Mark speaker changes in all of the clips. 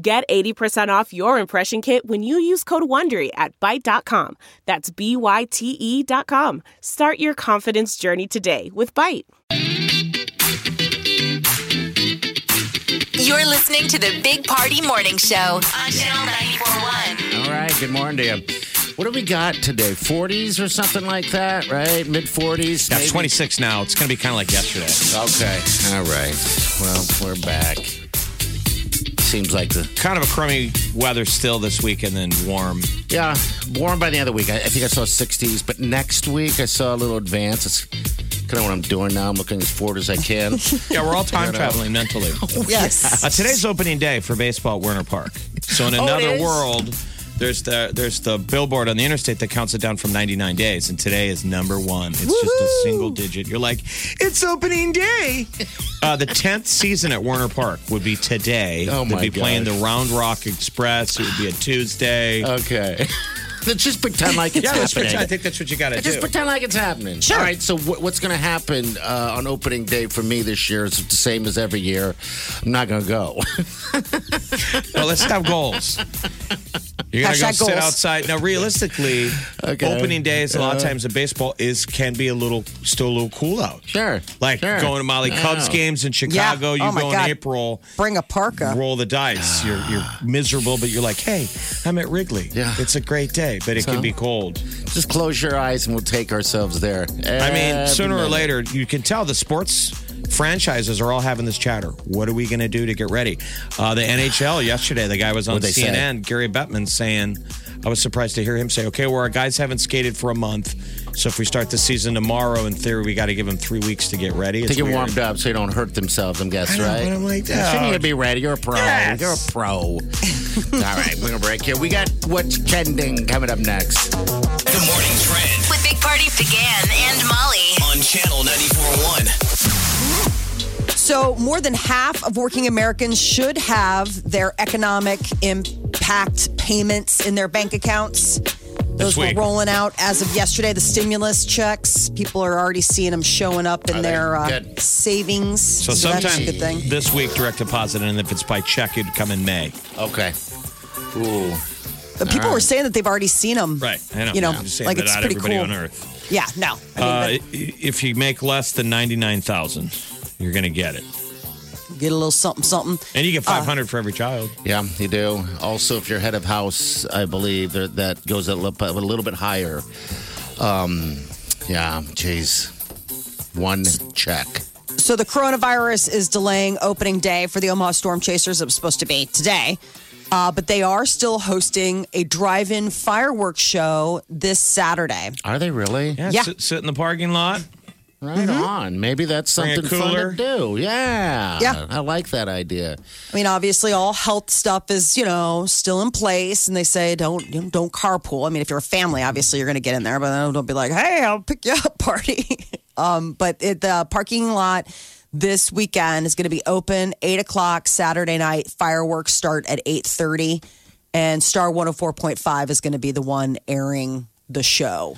Speaker 1: Get 80% off your impression kit when you use code WONDERY at Byte.com. That's B-Y-T-E E dot com. Start your confidence journey today with Byte.
Speaker 2: You're listening to the Big Party Morning Show on Channel 941.
Speaker 3: All right, good morning to you. What do we got today? 40s or something like that, right? Mid 40s?
Speaker 4: Yeah, it's 26 now. It's going to be kind of like yesterday.
Speaker 3: Okay, all right. Well, we're back. Seems like the.
Speaker 4: Kind of a crummy weather still this week and then warm.
Speaker 3: Yeah, warm by the end of the week. I, I think I saw 60s, but next week I saw a little advance. It's kind of what I'm doing now. I'm looking as forward as I can.
Speaker 4: Yeah, we're all time traveling mentally.
Speaker 3: Oh, yes. Oh,
Speaker 4: Uh, today's opening day for baseball at Werner Park. So in another
Speaker 3: is?
Speaker 4: world, there's the there's the billboard on the interstate that counts it down from 99 days, and today is number one. It's just a single digit. You're like, it's opening day. uh, the tenth season at Warner Park would be today.
Speaker 3: Oh, my
Speaker 4: They'd be playing the
Speaker 3: gosh.
Speaker 4: Round Rock Express. It would be a Tuesday.
Speaker 3: Okay. Let's just pretend like it's
Speaker 4: yeah,
Speaker 3: happening.
Speaker 4: that's what, I think that's what you got to
Speaker 3: Just
Speaker 4: do.
Speaker 3: pretend like it's happening. All right. So wh- what's going to happen uh, on opening day for me this year is the same as every year. I'm not going to go.
Speaker 4: Well, let's have goals. You're gonna go
Speaker 5: Hashtag
Speaker 4: sit
Speaker 5: goals.
Speaker 4: outside. Now, realistically,
Speaker 3: Okay.
Speaker 4: opening days a lot of times in baseball is can be a little still a little cool out.
Speaker 3: Sure,
Speaker 4: like
Speaker 3: sure.
Speaker 4: going to Molly Cubs games in Chicago.
Speaker 5: Yeah. Oh,
Speaker 4: You
Speaker 5: my
Speaker 4: go
Speaker 5: God.
Speaker 4: in April,
Speaker 5: Bring a parka.
Speaker 4: roll the dice. You're you're miserable, but you're like, hey, I'm at Wrigley.
Speaker 3: Yeah.
Speaker 4: it's a great day, but it can be cold.
Speaker 3: Just close your eyes and we'll take ourselves there.
Speaker 4: I mean,
Speaker 3: Every
Speaker 4: sooner or
Speaker 3: minute.
Speaker 4: later, you can tell the sports franchises are all having this chatter. What are we going to do to get ready? Uh, the NHL yesterday, the guy was on
Speaker 3: What'd they say?
Speaker 4: CNN, Gary Bettman, saying, I was surprised to hear him say, okay, well, our guys haven't skated for a month. So if we start the season tomorrow, in theory, we got to give them three weeks to get ready.
Speaker 3: To
Speaker 4: It's
Speaker 3: get
Speaker 4: weird.
Speaker 3: warmed up so you don't hurt themselves, I'm guessing,
Speaker 4: I know,
Speaker 3: right?
Speaker 4: but I'm like,
Speaker 3: Shouldn't you
Speaker 4: dude.
Speaker 3: be ready? You're a pro.
Speaker 4: Yes.
Speaker 3: You're a pro. All right, we're going to break here. We got what's trending coming up next.
Speaker 6: The morning trend
Speaker 2: With Big Party began and Molly.
Speaker 6: on channel 94.1.
Speaker 5: So, more than half of working Americans should have their economic impact payments in their bank accounts. Those were
Speaker 4: week.
Speaker 5: rolling out as of yesterday. The stimulus checks, people are already seeing them showing up in
Speaker 3: Are they?
Speaker 5: their uh,
Speaker 3: Good.
Speaker 5: savings.
Speaker 4: So
Speaker 5: that's a
Speaker 4: sometime
Speaker 5: good thing.
Speaker 4: this week, direct deposit, and if it's by check, it'd come in May.
Speaker 3: Okay. Ooh.
Speaker 5: But people
Speaker 3: All
Speaker 5: were
Speaker 3: right.
Speaker 5: saying that they've already seen them.
Speaker 4: Right. I know.
Speaker 5: You know,
Speaker 4: I'm just saying
Speaker 5: like
Speaker 4: that
Speaker 5: it's
Speaker 4: not
Speaker 5: pretty
Speaker 4: everybody
Speaker 5: cool.
Speaker 4: on earth.
Speaker 5: Yeah, no. I mean,
Speaker 4: Uh, i- if you make less than 99000 you're going to get it.
Speaker 5: but get a little something, something.
Speaker 4: And you get
Speaker 3: Uh,
Speaker 4: 500 for every child.
Speaker 3: Yeah, you do. Also, if you're head of house, I believe that, that goes a little, a little bit higher. Um, yeah, geez. One check.
Speaker 5: So the coronavirus is delaying opening day for the Omaha Storm Chasers. It was supposed to be today, uh, but they are still hosting a drive-in fireworks show this Saturday.
Speaker 3: Are they really?
Speaker 4: Yeah,
Speaker 5: Yeah.
Speaker 4: Sit, sit in the parking lot.
Speaker 3: Right on. Maybe that's
Speaker 4: Mm-hmm. Bring a
Speaker 3: something
Speaker 4: cooler.
Speaker 3: fun to do. Yeah.
Speaker 5: Yeah.
Speaker 3: I like that idea.
Speaker 5: I mean, obviously, all health stuff is you know still in place, and they say don't you know, don't carpool. I mean, if you're a family, obviously you're going to get in there, but don't- don't be like, hey, I'll pick you up, party. um, but it, the parking lot this weekend is going to be open eight o'clock Saturday night. Fireworks start at eight thirty, and Star one hundred four point five is going to be the one airing the show,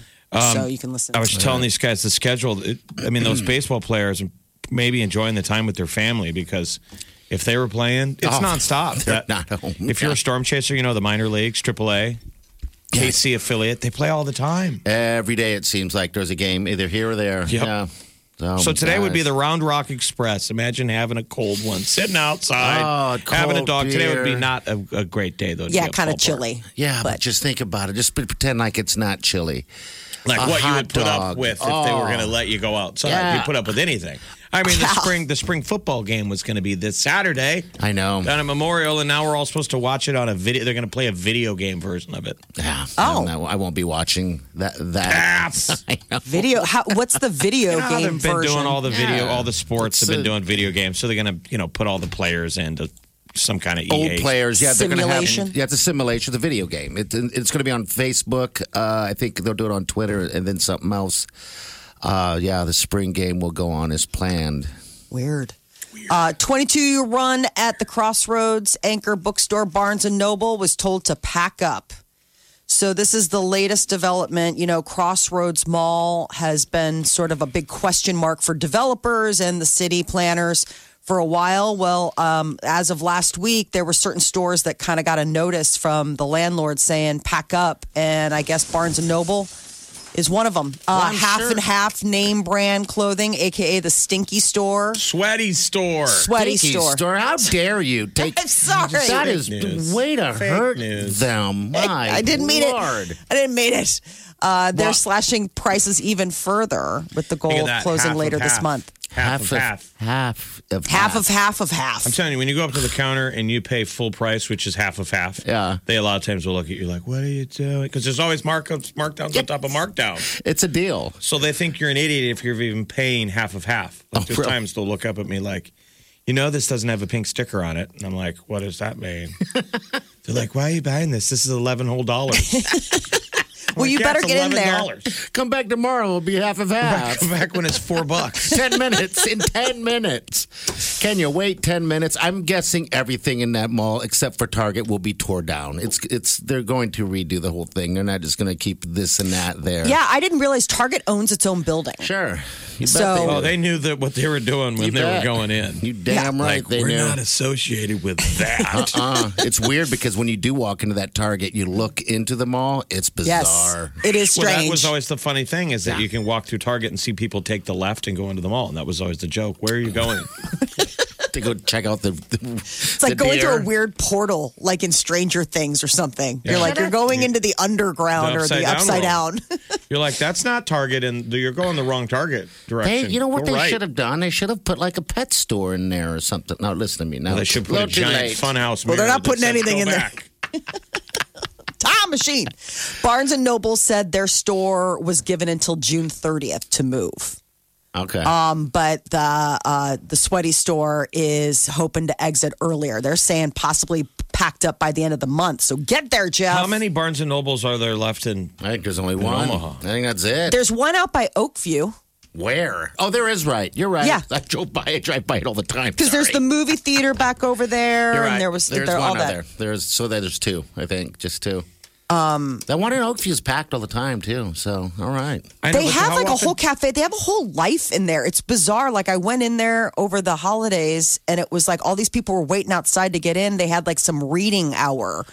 Speaker 5: so you can listen.
Speaker 4: Um, I was telling these guys the schedule. It, I mean,
Speaker 3: Mm.
Speaker 4: those baseball players maybe enjoying the time with their family because if they were playing, it's
Speaker 3: Oh,
Speaker 4: nonstop.
Speaker 3: they're not home.
Speaker 4: If you're a storm chaser, you know the minor leagues, AAA, KC affiliate, they play all the time.
Speaker 3: Every day it seems like there's a game either here or there.
Speaker 4: Yep.
Speaker 3: Yeah. Oh,
Speaker 4: So today would be the Round Rock Express. Imagine having a cold one, sitting outside,
Speaker 3: Oh,
Speaker 4: having a
Speaker 3: cold
Speaker 4: dog. Today would be
Speaker 3: beer.
Speaker 4: not a, a great day though. to
Speaker 5: yeah,
Speaker 4: be at
Speaker 5: kind of
Speaker 4: ballpark.
Speaker 5: chilly.
Speaker 3: Yeah, but,
Speaker 5: but-
Speaker 3: just think about it. Just pre- pretend like it's not chilly.
Speaker 4: like
Speaker 3: A
Speaker 4: what you
Speaker 3: hot
Speaker 4: would put
Speaker 3: dog.
Speaker 4: up with if they were going to let you go outside.
Speaker 3: Yeah.
Speaker 4: You put up with anything. I mean, the spring the spring football game was going to be this Saturday
Speaker 3: I know.
Speaker 4: down at Memorial, and now we're all supposed to watch it on a video. They're going to play a video game version of it.
Speaker 3: Yeah,
Speaker 5: Oh.
Speaker 3: I, don't know. I won't be watching that.
Speaker 4: Ah,
Speaker 3: That
Speaker 4: Apps.
Speaker 5: Video. How, what's the video
Speaker 4: You know how
Speaker 5: game
Speaker 4: they've been
Speaker 5: version?
Speaker 4: doing all the video,
Speaker 3: Yeah.
Speaker 4: all the sports have
Speaker 3: It's
Speaker 4: been
Speaker 3: a-
Speaker 4: doing video games, so they're going to you know put all the players into some E kind of EA.
Speaker 3: old players. Yeah, they're going to
Speaker 5: Simulation.
Speaker 3: have. Yeah, it's a simulation, the video game. It, it's going to be on Facebook. Uh, I think they'll do it on Twitter and then something else. Uh, yeah, the spring game will go on as planned.
Speaker 5: Weird. Uh, 22 year run at the Crossroads Anchor Bookstore Barnes and Noble was told to pack up. So this is the latest development. You know, Crossroads Mall has been sort of a big question mark for developers and the city planners for a while. Well, um, as of last week, there were certain stores that kind of got a notice from the landlord saying pack up, and I guess Barnes and Noble is one of them. Uh, half and half name brand clothing, aka the Stinky Store.
Speaker 4: Sweaty store.
Speaker 5: Sweaty
Speaker 3: Pinky
Speaker 5: store.
Speaker 3: How dare you take?
Speaker 5: I'm sorry.
Speaker 3: That is
Speaker 4: Fake news.
Speaker 3: the way to
Speaker 4: Fake
Speaker 3: hurt
Speaker 4: news.
Speaker 3: them. My
Speaker 5: I didn't mean
Speaker 3: Lord.
Speaker 5: it. I didn't mean it. Uh, they're slashing prices even further with the
Speaker 4: Look at
Speaker 5: goal of
Speaker 4: that,
Speaker 5: closing
Speaker 4: half
Speaker 5: later
Speaker 4: of
Speaker 5: this
Speaker 4: half.
Speaker 5: month.
Speaker 4: Half, of half.
Speaker 3: half of
Speaker 5: Half of half of half.
Speaker 4: I'm telling you, when you go up to the counter and you pay full price, which is half of half,
Speaker 3: Yeah.
Speaker 4: they a lot of times will look at you like, "What are you doing?" Because there's always markups, markdowns on top of markdown.
Speaker 3: It's a deal.
Speaker 4: So they think you're an idiot if you're even paying half of half. Like,
Speaker 3: Oh,
Speaker 4: there's
Speaker 3: really?
Speaker 4: times they'll look up at me like, "You know, this doesn't have a pink sticker on it," and I'm like, "What does that mean?" They're like, "Why are you buying this? This is eleven whole dollars."
Speaker 5: well, you better get in there.
Speaker 3: Come back tomorrow. It'll be half of half.
Speaker 4: Back when it's four bucks.
Speaker 3: 10 minutes in 10 minutes. Can you wait 10 minutes? I'm guessing everything in that mall except for Target will be tore down. It's it's they're going to redo the whole thing. They're not just going to keep this and that there.
Speaker 5: Yeah, I didn't realize Target owns its own building.
Speaker 3: Sure. You bet
Speaker 5: So-
Speaker 3: do.
Speaker 4: Oh, they knew that what they were doing when
Speaker 3: You
Speaker 4: they
Speaker 3: bet.
Speaker 4: were going in.
Speaker 3: You damn right
Speaker 4: like
Speaker 3: they
Speaker 4: we're
Speaker 3: knew.
Speaker 4: not associated with that.
Speaker 3: uh, it's weird because when you do walk into that Target, you look into the mall. It's
Speaker 5: Yes,
Speaker 3: bizarre.
Speaker 5: it is
Speaker 4: Well, that
Speaker 5: strange.
Speaker 4: was always the funny thing is that you can walk through Target and see people take the left and go into the mall, and that was always the joke. Where are you going?
Speaker 3: To go check out the.
Speaker 5: it's like going through a weird portal, like in Stranger Things or something. You're like you're going into the underground
Speaker 4: The
Speaker 5: or the upside
Speaker 4: upside
Speaker 5: down.
Speaker 4: down you're like, that's not Target, and you're going the wrong Target
Speaker 3: Hey,
Speaker 4: direction.
Speaker 3: you know what
Speaker 4: Go
Speaker 3: they
Speaker 4: right.
Speaker 3: should have done? They should have put like a pet store in there or something. Now listen to me. Now
Speaker 4: They
Speaker 3: it's
Speaker 4: should put a
Speaker 3: little too
Speaker 4: giant
Speaker 3: late.
Speaker 4: funhouse.
Speaker 5: Well, they're
Speaker 4: mirror
Speaker 5: not putting
Speaker 4: that says,
Speaker 5: anything
Speaker 4: "Go
Speaker 5: in there."
Speaker 4: back."
Speaker 5: Time machine. Barnes and Noble said their store was given until June 30th to move.
Speaker 3: Okay.
Speaker 5: Um, but the uh, the sweaty store is hoping to exit earlier. They're saying possibly packed up by the end of the month. So get there, Jeff.
Speaker 4: How many Barnes and Nobles are there left in?
Speaker 3: I think there's only one.
Speaker 4: Omaha.
Speaker 3: I think that's it.
Speaker 5: There's one out by Oakview
Speaker 3: Where? Oh, there is right. You're right.
Speaker 5: Yeah.
Speaker 3: I drove by. I drive by it all the time.
Speaker 5: because there's the
Speaker 3: Sorry.
Speaker 5: movie theater back over there,
Speaker 3: You're right.
Speaker 5: and there was
Speaker 3: there's
Speaker 5: there,
Speaker 3: one
Speaker 5: all
Speaker 3: out
Speaker 5: that.
Speaker 3: there. There's so there's two. I think just two. Um, that one in Oakview is packed all the time too. So all right.
Speaker 4: I know,
Speaker 5: They
Speaker 4: but
Speaker 5: have
Speaker 4: how
Speaker 5: like a
Speaker 4: often-
Speaker 5: whole cafe. They have a whole life in there. It's bizarre. Like I went in there over the holidays, and it was like all these people were waiting outside to get in. They had like some reading hour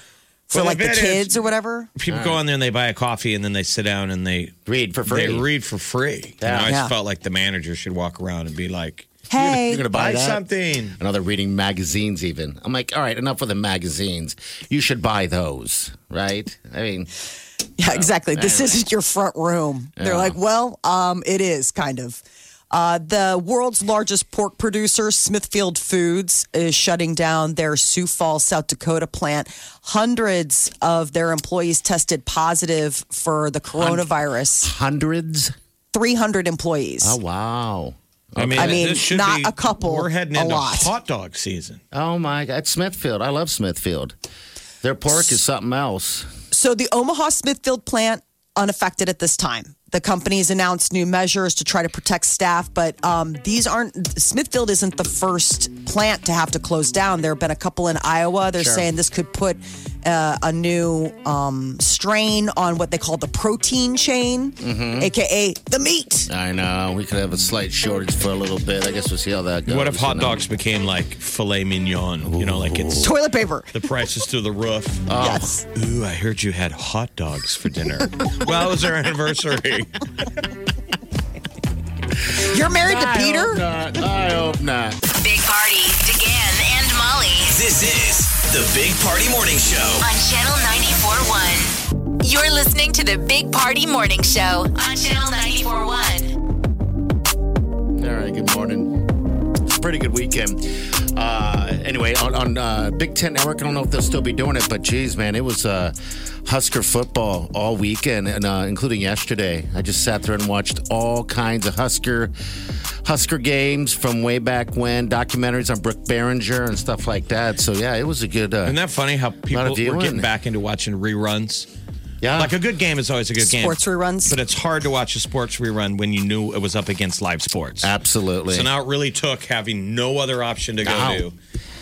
Speaker 5: for
Speaker 4: Well, I
Speaker 5: like the
Speaker 4: bet it's-
Speaker 5: kids or whatever.
Speaker 4: People go in there and they buy a coffee, and then they sit down and they
Speaker 3: Read for free.
Speaker 4: They read for free. And I always
Speaker 5: Yeah.
Speaker 4: felt like the manager should walk around and be like,
Speaker 5: Hey,
Speaker 3: You're gonna buy,
Speaker 4: buy
Speaker 3: that?
Speaker 4: something.
Speaker 3: Another reading magazines. Even I'm like, all right, enough with the magazines. You should buy those, right? I mean,
Speaker 5: Yeah, exactly. This
Speaker 3: anyway.
Speaker 5: isn't your front room. They're like, well, um, it is kind of. Uh, the world's largest pork producer, Smithfield Foods, is shutting down their Sioux Falls, South Dakota plant. Hundreds of their employees tested positive for the coronavirus.
Speaker 3: hundreds.
Speaker 5: 300 employees.
Speaker 3: Oh wow.
Speaker 4: I mean,
Speaker 5: I mean,
Speaker 4: this should
Speaker 5: not
Speaker 4: be-
Speaker 5: a couple,
Speaker 4: We're heading
Speaker 5: a
Speaker 4: into
Speaker 5: lot.
Speaker 4: hot dog season.
Speaker 3: Oh my God, Smithfield. I love Smithfield. Their pork is something else.
Speaker 5: So the Omaha Smithfield plant unaffected at this time. The company's announced new measures to try to protect staff, but um, these aren't. Smithfield isn't the first plant to have to close down. There have been a couple in Iowa. They're saying this could put uh, a new um, strain on what they call the protein chain,
Speaker 4: Mm-hmm.
Speaker 5: aka the meat.
Speaker 3: I know. We could have a slight shortage for a little bit. I guess we'll see how that goes.
Speaker 4: What if hot
Speaker 3: you know?
Speaker 4: dogs became like filet mignon? You know, like it's
Speaker 5: Toilet paper.
Speaker 4: the price is through the roof. Uh,
Speaker 5: Yes.
Speaker 4: Ooh, I heard you had hot dogs for dinner. well, it was our anniversary.
Speaker 5: You're married to
Speaker 3: I
Speaker 5: Peter?
Speaker 3: hope not. I hope not.
Speaker 2: Big Party, DeGan and Molly
Speaker 6: This is the Big Party Morning Show.
Speaker 2: on Channel 941. You're listening to the Big Party Morning Show on Channel 941.
Speaker 3: All right. Good morning. pretty good weekend. Uh, anyway, on, on uh, Big Ten Network, I don't know if they'll still be doing it, but geez, man, it was uh, Husker football all weekend, and uh, including yesterday. I just sat there and watched all kinds of Husker Husker games from way back when, documentaries on Brooke Barringer and stuff like that. So yeah, it was a good. Uh,
Speaker 4: Isn't that funny how people
Speaker 3: Lot
Speaker 4: were
Speaker 3: of viewing.
Speaker 4: getting back into watching reruns?
Speaker 3: yeah,
Speaker 4: Like a good game is always a good game.
Speaker 5: Sports reruns.
Speaker 4: But uh, it's hard to watch a sports rerun when you knew it was up against live sports.
Speaker 3: absolutely.
Speaker 4: So now it really took having no other option to go
Speaker 3: Wow.
Speaker 4: to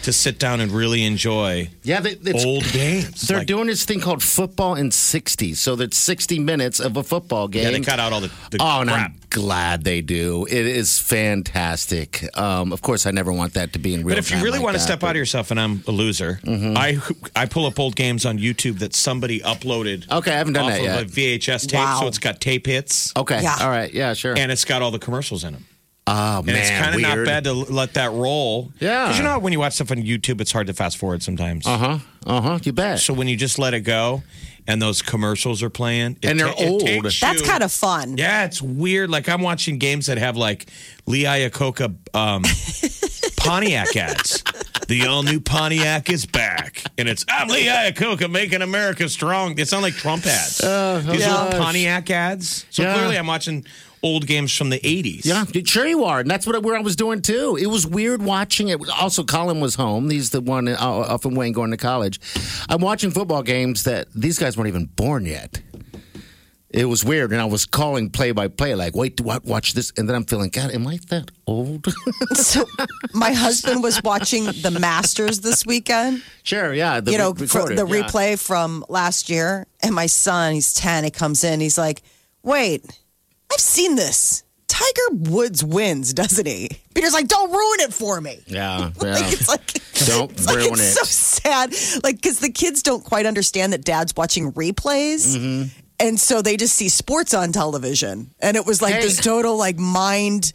Speaker 4: to sit down and really enjoy
Speaker 3: yeah, they, it's,
Speaker 4: old games.
Speaker 3: They're
Speaker 4: Like,
Speaker 3: doing this thing called football in 60. So that's 60 minutes of a football game.
Speaker 4: Yeah, they cut out all the, the
Speaker 3: Oh, and
Speaker 4: crap.
Speaker 3: I'm glad they do. It is fantastic. Um, of course, I never want that to be in real
Speaker 4: But if you
Speaker 3: time
Speaker 4: really
Speaker 3: like
Speaker 4: want to
Speaker 3: that,
Speaker 4: step
Speaker 3: but-
Speaker 4: out
Speaker 3: Mm-hmm.
Speaker 4: of yourself, and I'm a loser, I I pull up old games on YouTube that somebody uploaded.
Speaker 3: Okay, I haven't done
Speaker 4: off
Speaker 3: that
Speaker 4: of
Speaker 3: yet.
Speaker 4: a VHS tape,
Speaker 5: Wow.
Speaker 4: so it's got tape hits,
Speaker 3: Okay.
Speaker 5: Yeah.
Speaker 3: All right. Yeah, sure.
Speaker 4: and it's got all the commercials in them.
Speaker 3: oh,
Speaker 4: And
Speaker 3: man.
Speaker 4: it's kind of not
Speaker 3: weird.
Speaker 4: bad to l- let that roll.
Speaker 3: Yeah.
Speaker 4: because you know how when you watch stuff on YouTube, it's hard to fast forward sometimes.
Speaker 3: Uh huh. Uh huh. You bet.
Speaker 4: So when you just let it go, and those commercials are playing, it
Speaker 3: And they're
Speaker 4: ta- it
Speaker 3: old.
Speaker 4: takes
Speaker 5: That's
Speaker 4: you-
Speaker 5: kind of fun.
Speaker 4: Yeah, it's weird. Like I'm watching games that have like Lee Iacocca um, Pontiac ads. The all new Pontiac is back, and it's I'm Lee Iacocca making America strong. They sound like Trump ads. These are
Speaker 3: gosh.
Speaker 4: Pontiac ads. So
Speaker 3: Uh, Yeah.
Speaker 4: clearly, I'm watching old games from the '80s.
Speaker 3: Yeah, you- sure you are. And that's what where I was doing too. It was weird watching it. Also, Colin was home. He's the one uh, up in Wayne going to college. I'm watching football games that these guys weren't even born yet. It was weird, and I was calling play by play, like, "Wait, what? Watch this!" And then I'm feeling, God, am I that old?
Speaker 5: So my husband was watching the Masters this weekend.
Speaker 3: sure, yeah. The
Speaker 5: you know,
Speaker 3: re-
Speaker 5: for
Speaker 3: recorded,
Speaker 5: the
Speaker 3: yeah.
Speaker 5: replay from last year. And my son, he's 10, he comes in, he's like, wait, I've seen this. Tiger Woods wins, doesn't he? Peter's like, don't ruin it for me.
Speaker 3: Yeah,
Speaker 5: Like,
Speaker 3: yeah.
Speaker 5: it's like,
Speaker 3: Don't
Speaker 5: it's like,
Speaker 3: ruin
Speaker 5: it's so
Speaker 3: it.
Speaker 5: sad. Like, because the kids don't quite understand that dad's watching replays. And so they just see sports on television. And it was like
Speaker 3: Hey.
Speaker 5: this total, like, mind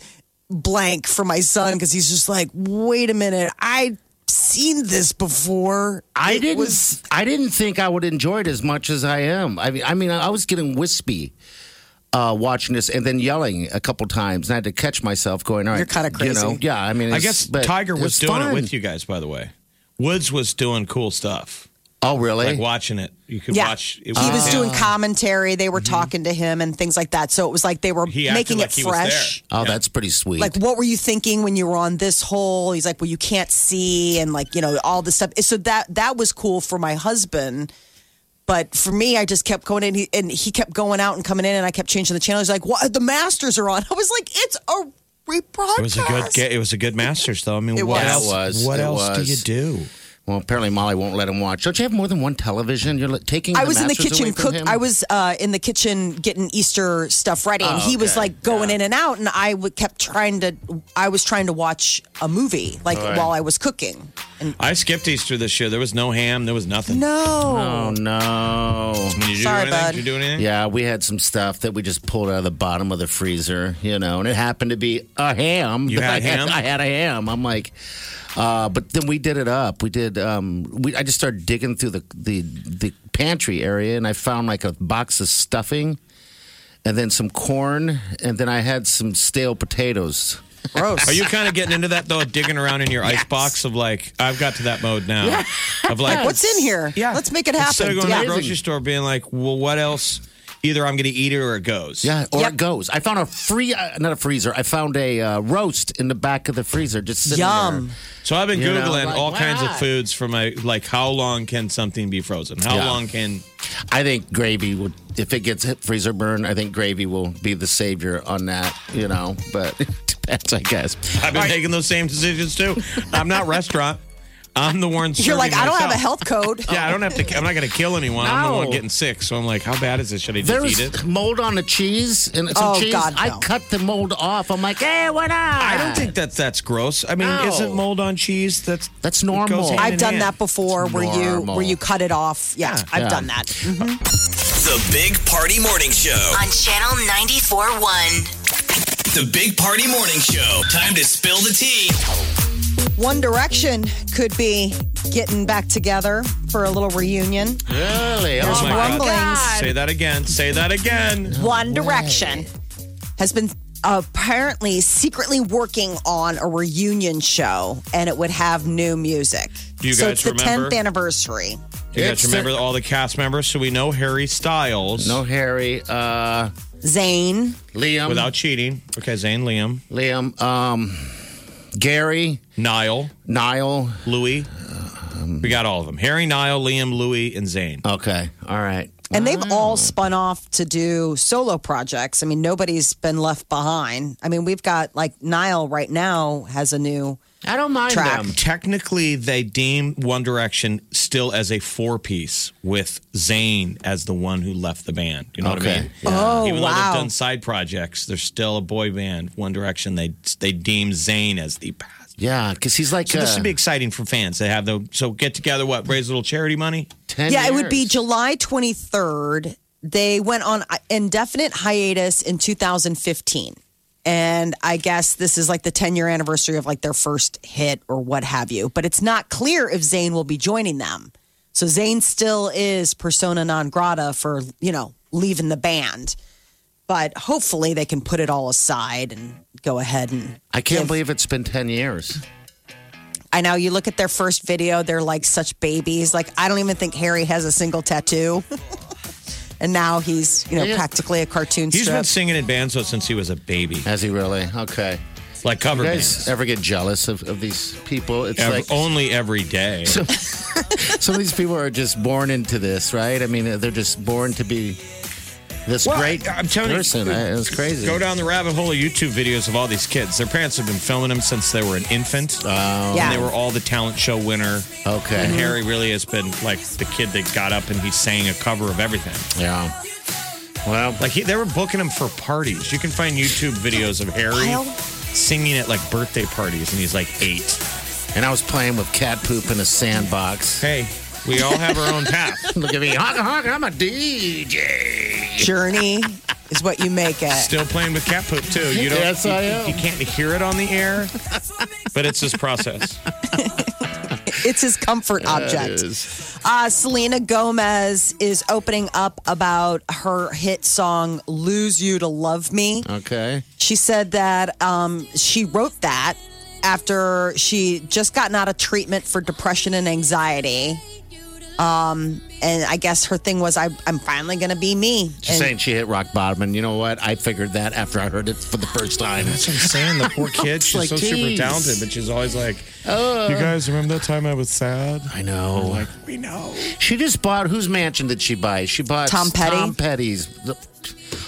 Speaker 5: blank for my son because he's just like, wait a minute, I've seen this before.
Speaker 3: I
Speaker 5: It
Speaker 3: didn't.
Speaker 5: was-
Speaker 3: I didn't think I would enjoy it as much as I am. I mean, I mean, I was getting wispy uh, watching this, and then yelling a couple times, and I had to catch myself going, "All right,
Speaker 5: You're kinda
Speaker 3: you know,
Speaker 5: crazy.
Speaker 3: yeah, I mean,
Speaker 4: I
Speaker 3: it's-
Speaker 4: guess
Speaker 3: but
Speaker 4: Tiger was
Speaker 3: it's
Speaker 4: doing
Speaker 3: fun.
Speaker 4: it with you guys. By the way, Woods was doing cool stuff,
Speaker 3: Oh, really?
Speaker 4: like watching it. You could watch. It
Speaker 5: he was
Speaker 4: him.
Speaker 5: doing commentary. They were talking to him and things like that. So it was like they were
Speaker 4: He acted
Speaker 5: making
Speaker 4: like
Speaker 5: it
Speaker 4: he was
Speaker 5: fresh.
Speaker 3: oh, that's pretty sweet.
Speaker 5: Like, what were you thinking when you were on this hole? He's like, well, you can't see, and like, you know, all this stuff. So that that was cool for my husband. But for me, I just kept going in, he, and he kept going out and coming in, and I kept changing the channel. He's like, "What? The Masters are on." I was like, "It's a rebroadcast."
Speaker 4: It was a good. ga- It was a good Masters, though. I mean,
Speaker 5: It
Speaker 4: what
Speaker 5: was.
Speaker 4: else?
Speaker 3: It was.
Speaker 4: What
Speaker 3: It
Speaker 4: else do
Speaker 3: was.
Speaker 4: you do?
Speaker 3: well, apparently Molly won't let him watch. Don't you have more than one television? You're like, taking.
Speaker 5: I was in the
Speaker 3: Masters away
Speaker 5: kitchen
Speaker 3: from
Speaker 5: cook.
Speaker 3: him?
Speaker 5: I was uh, in the kitchen getting Easter stuff ready, and he was
Speaker 3: Oh, okay.
Speaker 5: like going
Speaker 3: Yeah.
Speaker 5: in and out, and I w- kept trying to. I was trying to watch a movie like
Speaker 3: All right.
Speaker 5: while I was cooking.
Speaker 4: I skipped Easter this year. There was no ham. There was nothing.
Speaker 5: No,
Speaker 3: Oh no. Hmm.
Speaker 4: Did you do
Speaker 5: Sorry,
Speaker 4: anything?
Speaker 5: bud.
Speaker 4: Did you do anything?
Speaker 3: Yeah, we had some stuff that we just pulled out of the bottom of the freezer, you know, and it happened to be a ham.
Speaker 4: You
Speaker 3: I
Speaker 4: had ham?
Speaker 3: I had a ham. I'm like, uh, but then we did it up. We did. Um, we I just started digging through the, the the pantry area, and I found like a box of stuffing, and then some corn, and then I had some stale potatoes.
Speaker 5: gross.
Speaker 4: Are you kind of getting into that though? Digging around in your ice box of like, I've got to that mode now. Of like,
Speaker 5: What's in here?
Speaker 4: Yeah,
Speaker 5: let's make it
Speaker 4: Instead of
Speaker 5: happen.
Speaker 4: going to
Speaker 5: Yeah.
Speaker 4: the grocery store, being like, well, what else? Either I'm going to eat it or it goes.
Speaker 3: Yeah, or
Speaker 5: Yep.
Speaker 3: it goes. I found a free, uh, not a freezer. I found a uh, roast in the back of the freezer, just sitting
Speaker 5: Yum.
Speaker 3: there.
Speaker 4: So I've been
Speaker 3: You know,
Speaker 4: googling
Speaker 3: like,
Speaker 4: all
Speaker 3: why
Speaker 4: kinds of
Speaker 3: not?
Speaker 4: foods for my like, how long can something be frozen? How
Speaker 3: Yeah.
Speaker 4: long can?
Speaker 3: I think gravy will, if it gets hit freezer burn, I think gravy will be the savior on that, you know, but it depends, I guess. Uh,
Speaker 4: I've been making those same decisions too. I'm not restaurant. I'm the one.
Speaker 5: You're like,
Speaker 4: serving
Speaker 5: I don't have a
Speaker 4: myself."
Speaker 5: health code.
Speaker 4: Yeah, I don't have to. I'm not going to kill anyone. I'm the
Speaker 3: No.
Speaker 4: one getting sick. So I'm like, how bad is this? Should I just eat it?
Speaker 3: There's mold on the cheese and some
Speaker 5: Oh,
Speaker 3: cheese.
Speaker 5: God,
Speaker 3: I
Speaker 5: no.
Speaker 3: cut the mold off. I'm like, hey, why not?
Speaker 4: I don't think that that's gross. I mean,
Speaker 3: No.
Speaker 4: isn't mold on cheese? That's
Speaker 3: That's
Speaker 4: it goes
Speaker 3: normal.
Speaker 4: hand
Speaker 5: I've
Speaker 4: in
Speaker 5: done
Speaker 4: hand.
Speaker 5: that before, where you
Speaker 3: normal.
Speaker 5: where you cut it off. Yeah, I've
Speaker 3: Yeah.
Speaker 5: done that. Mhm.
Speaker 6: The Big Party Morning Show.
Speaker 2: on Channel 94.1.
Speaker 6: The Big Party Morning Show. Time to spill the tea.
Speaker 5: One Direction could be getting back together for a little reunion.
Speaker 3: Really?
Speaker 4: Oh my
Speaker 3: Oh, my
Speaker 4: God.
Speaker 5: rumblings.
Speaker 4: Say that again. Say that again.
Speaker 5: One Direction has been apparently secretly working on a reunion show and it would have new music.
Speaker 4: Do you
Speaker 5: so
Speaker 4: guys
Speaker 5: it's the
Speaker 4: remember?
Speaker 5: 10th anniversary.
Speaker 4: Do you
Speaker 3: It's
Speaker 4: guys remember all the cast members? So we know Harry Styles.
Speaker 3: No Harry, uh,
Speaker 5: Zayn,
Speaker 3: Liam,
Speaker 4: Without cheating. Okay, Zane, Liam,
Speaker 3: Liam, um, Gary,
Speaker 4: Niall,
Speaker 3: Niall.
Speaker 4: Louis. we got all of them. Harry, Niall, Liam, Louis, and Zane.
Speaker 3: Okay, all right.
Speaker 5: and they've all spun off to do solo projects. I mean, nobody's been left behind. I mean, we've got like Niall right now has a new.
Speaker 3: I don't mind
Speaker 5: Track.
Speaker 3: them.
Speaker 4: Technically, they deem One Direction still as a four piece with Zayn as the one who left the band. You know what I
Speaker 3: Okay.
Speaker 4: mean?
Speaker 5: Oh,
Speaker 4: Even though
Speaker 5: wow.
Speaker 4: they've done side projects, they're still a boy band. One Direction, they they deem Zayn as the past.
Speaker 3: Yeah, because he's like
Speaker 4: So this
Speaker 3: uh,
Speaker 4: should be exciting for fans. They have the so get together, what raise a little charity money.
Speaker 3: ten.
Speaker 5: yeah, it would be
Speaker 3: years.
Speaker 5: July 23rd. They went on indefinite hiatus in 2015. And I guess this is like the 10 year anniversary of like their first hit or what have you. But it's not clear if Zayn will be joining them. So Zayn still is persona non grata for, you know, leaving the band. But hopefully they can put it all aside and go ahead and
Speaker 3: I can't believe it's been ten years.
Speaker 5: I know you look at their first video, they're like such babies. Like, I don't even think Harry has a single tattoo. and now he's, you know,
Speaker 3: Yeah.
Speaker 5: practically a cartoon
Speaker 4: He's
Speaker 5: strip.
Speaker 4: been singing in bands though, since he was a baby,
Speaker 3: Has he really? Okay.
Speaker 4: like cover
Speaker 3: You
Speaker 4: bands.
Speaker 3: guys ever get jealous of, of these people? It's
Speaker 4: Ev-
Speaker 3: like
Speaker 4: only every day.
Speaker 3: some of these people are just born into this, right? I mean, they're just born to be this
Speaker 4: Well,
Speaker 3: great
Speaker 4: I- I'm telling you-
Speaker 3: person. I- it's crazy.
Speaker 4: Go down the rabbit hole of YouTube videos of all these kids. Their parents have been filming them since they were an infant.
Speaker 5: yeah.
Speaker 4: And they were all the talent show winner.
Speaker 3: Oh. Okay.
Speaker 4: And Harry really has been like the kid that got up and he sang a cover of everything.
Speaker 3: Yeah. Well,
Speaker 4: Like he, they were booking him for parties. You can find YouTube videos of Harry
Speaker 5: Kyle?
Speaker 4: singing at like birthday parties, and he's like eight.
Speaker 3: and I was playing with cat poop in a sandbox.
Speaker 4: Hey, we all have our own path.
Speaker 3: Look at me, honk, honk, I'm a DJ.
Speaker 5: Journey is what you make it.
Speaker 4: Still playing with cat poop too. You don't.
Speaker 3: Yes,
Speaker 4: you,
Speaker 3: I am.
Speaker 4: You can't hear it on the air, but it's this process.
Speaker 5: It's his comfort object. Uh, Selena Gomez is opening up about her hit song Lose You to Love
Speaker 4: Oh,
Speaker 5: Me.
Speaker 3: Okay.
Speaker 5: She said that um, she wrote that after she just gotten out of treatment for depression and anxiety. Um, and I guess her thing was, I, I'm finally going to be me.
Speaker 3: She's
Speaker 5: And
Speaker 3: saying she hit rock bottom, and you know what? I figured that after I heard it for the first time.
Speaker 4: That's what I'm saying. The poor kid. She's
Speaker 3: like,
Speaker 4: so super
Speaker 3: geez. Oh.
Speaker 4: talented, but she's always like, "You guys remember that time I was sad?"
Speaker 3: I know.
Speaker 4: Like we know.
Speaker 3: She just bought whose mansion did she buy? She bought
Speaker 5: Tom Petty.
Speaker 3: Tom Petty's.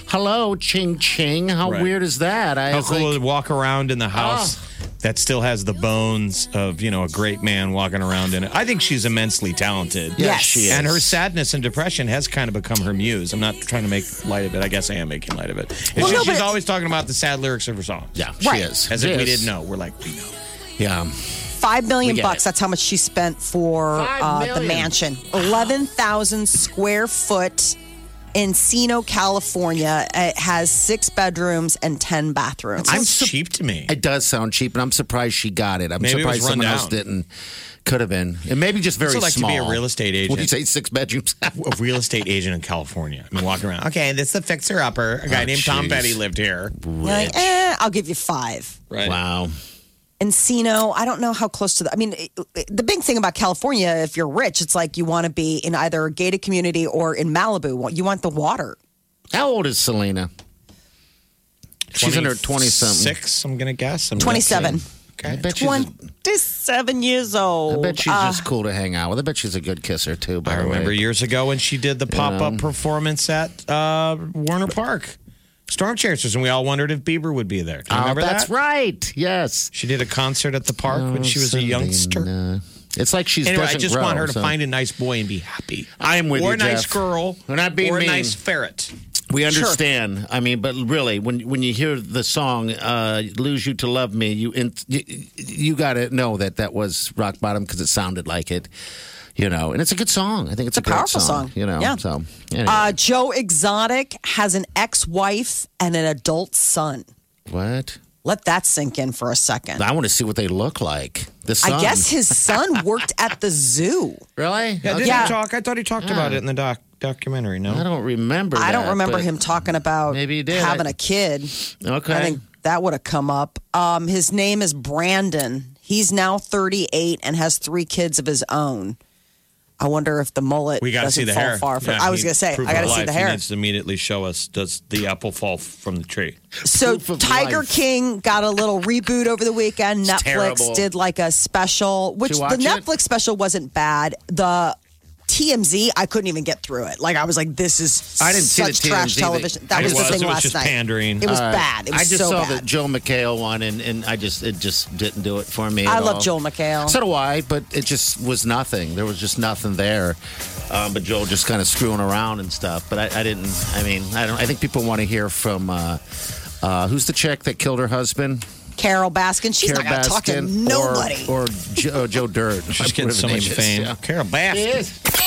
Speaker 3: Hello, Ching Ching. How
Speaker 4: Right.
Speaker 3: weird is that? I
Speaker 4: How
Speaker 3: was
Speaker 4: cool
Speaker 3: like, Ah.
Speaker 4: to walk around in the house that still has the bones of you know a great man walking around in it. I think she's immensely talented.
Speaker 3: Yeah,
Speaker 5: Yes.
Speaker 3: she is.
Speaker 4: And her sadness and depression has kind of become her muse. I'm not trying to make light of it. I guess I am making light of it. It's
Speaker 5: Well,
Speaker 4: just
Speaker 5: no,
Speaker 4: she's
Speaker 5: but-
Speaker 4: always talking about the sad lyrics of her songs.
Speaker 3: Yeah, she
Speaker 5: Right.
Speaker 3: is.
Speaker 4: As if we
Speaker 3: Yes.
Speaker 4: didn't know. We're like, we know.
Speaker 3: Yeah.
Speaker 5: Five million
Speaker 3: We get
Speaker 5: bucks.
Speaker 3: it.
Speaker 5: That's how much she spent for
Speaker 3: Five
Speaker 5: uh, the
Speaker 3: million.
Speaker 5: mansion. 11,000 square foot Encino, California. It has six bedrooms and 10 bathrooms.
Speaker 4: Sounds cheap to me.
Speaker 3: It does sound cheap, and I'm surprised she got it. I'm
Speaker 4: Maybe it was
Speaker 3: surprised someone
Speaker 4: run
Speaker 3: else
Speaker 4: down.
Speaker 3: didn't. Could have been. And maybe just very
Speaker 4: Also like to
Speaker 3: small.
Speaker 4: be a real estate
Speaker 3: What do you
Speaker 4: agent.
Speaker 3: say? Six bedrooms?
Speaker 4: a real estate agent in California. I mean, walking around. Okay, this is the fixer upper. A guy
Speaker 3: Oh,
Speaker 4: named Tom
Speaker 3: jeez.
Speaker 4: Petty lived here.
Speaker 5: You're like, eh, I'll give you five.
Speaker 4: Right.
Speaker 3: wow.
Speaker 5: Encino, I don't know how close to the. I mean, it- it- the big thing about California, if you're rich, it's like you want to be in either a gated community or in Malibu. You want the water.
Speaker 3: How old is Selena? She's in her 20 something.
Speaker 4: Six, I'm going to guess. I'm
Speaker 5: 27.
Speaker 3: I
Speaker 4: guessing. Okay.
Speaker 3: bet she's, a-
Speaker 5: 27 years old. uh.
Speaker 3: I bet she's just cool to hang out with. I bet she's a good kisser, too, by
Speaker 4: I
Speaker 3: the way.
Speaker 4: remember years ago when she did the pop up performance at uh, Warner Park, Storm Chasers, and we all wondered if Bieber would be there. Do you
Speaker 3: Oh,
Speaker 4: remember
Speaker 3: that's
Speaker 4: that?
Speaker 3: right. Yes.
Speaker 4: She did a concert at the park when she was a youngster.
Speaker 3: Selena. It's like she's
Speaker 4: Anyway, I
Speaker 3: doesn't
Speaker 4: just
Speaker 3: grow,
Speaker 4: want her to
Speaker 3: so-
Speaker 4: find a nice boy and be happy.
Speaker 3: I am with
Speaker 4: or
Speaker 3: you,
Speaker 4: a nice
Speaker 3: Jeff.
Speaker 4: girl.
Speaker 3: We're not being
Speaker 4: or a
Speaker 3: mean.
Speaker 4: nice ferret.
Speaker 3: We understand. I mean, but really, when when you hear the song uh, "Lose You to Love Me," you in, you, you got to know that that was rock bottom because it sounded like it. You know, and it's a good song. I think
Speaker 5: It's
Speaker 3: it's,
Speaker 5: a
Speaker 3: great
Speaker 5: powerful song.
Speaker 3: You know,
Speaker 5: Yeah.
Speaker 3: so anyway.
Speaker 5: Uh, Joe Exotic has an ex wife and an adult son.
Speaker 3: what?
Speaker 5: Let that sink in for a second.
Speaker 3: I want to see what they look like. The song.
Speaker 5: I guess his son worked at the zoo.
Speaker 3: really.
Speaker 4: Yeah, didn't
Speaker 5: Yeah.
Speaker 4: he talk? I thought he talked about it in the doc. documentary? No.
Speaker 3: I don't remember.
Speaker 5: I don't
Speaker 3: that,
Speaker 5: remember
Speaker 3: but
Speaker 5: him talking about
Speaker 3: Maybe he did.
Speaker 5: having
Speaker 3: I-
Speaker 5: a kid.
Speaker 3: Okay.
Speaker 5: I think that would have come up. Um, his name is Brandon. He's now 38 and has three kids of his own. I wonder if the mullet
Speaker 4: We got to
Speaker 5: doesn't
Speaker 4: see the
Speaker 5: fall
Speaker 4: hair.
Speaker 5: far from.
Speaker 4: Yeah,
Speaker 5: I was
Speaker 4: he
Speaker 5: gonna say I
Speaker 4: proved
Speaker 5: got to
Speaker 4: with
Speaker 5: see
Speaker 4: life.
Speaker 5: the
Speaker 4: He
Speaker 5: hair.
Speaker 4: needs to immediately show us does the apple fall from the tree?
Speaker 5: So
Speaker 3: proof of
Speaker 5: Tiger
Speaker 3: life.
Speaker 5: King got a little reboot over the weekend. Netflix
Speaker 3: terrible.
Speaker 5: did like a special, which
Speaker 3: you
Speaker 5: the
Speaker 3: watch it?
Speaker 5: Netflix special wasn't bad. The TMZ, I couldn't even get through it. Like I was like, this is
Speaker 3: I didn't see
Speaker 5: such
Speaker 3: the
Speaker 5: trash
Speaker 3: TMZ thing.
Speaker 5: television. That
Speaker 4: It
Speaker 5: was,
Speaker 4: was-
Speaker 5: the
Speaker 4: it
Speaker 5: thing
Speaker 4: was
Speaker 5: last
Speaker 4: just
Speaker 5: night.
Speaker 4: pandering.
Speaker 5: It was
Speaker 3: Uh,
Speaker 5: bad. It was
Speaker 3: I just
Speaker 5: so
Speaker 3: saw
Speaker 5: bad.
Speaker 3: the Joe McHale one, and, and I just it just didn't do it for me.
Speaker 5: I
Speaker 3: at
Speaker 5: love
Speaker 3: all.
Speaker 5: Joel McHale.
Speaker 3: So do I, but it just was nothing. There was just nothing there. Um, but Joel just kind of screwing around and stuff. But I, I didn't. I mean, I don't. I think people want to hear from uh, uh, who's the chick that killed her husband?
Speaker 5: Carol Baskin. She's
Speaker 3: Carol
Speaker 5: not gonna talk to
Speaker 3: Baskin
Speaker 5: nobody.
Speaker 3: or, or Joe, Joe Dirt.
Speaker 4: She's getting
Speaker 3: Whatever
Speaker 4: so
Speaker 3: the
Speaker 4: much
Speaker 3: name is,
Speaker 4: fame.
Speaker 3: yeah.
Speaker 4: Carol Baskin.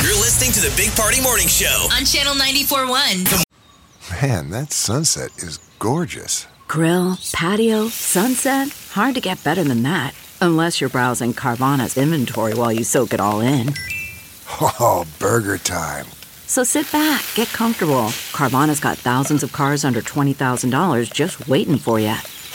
Speaker 6: You're listening to the Big Party Morning Show.
Speaker 2: On Channel 94.1.
Speaker 7: Man, that sunset is gorgeous.
Speaker 8: Grill, patio, sunset. Hard to get better than that. Unless you're browsing Carvana's inventory while you soak it all in.
Speaker 7: Oh, burger time.
Speaker 8: So sit back, get comfortable. Carvana's got thousands of cars under $20,000 just waiting for you.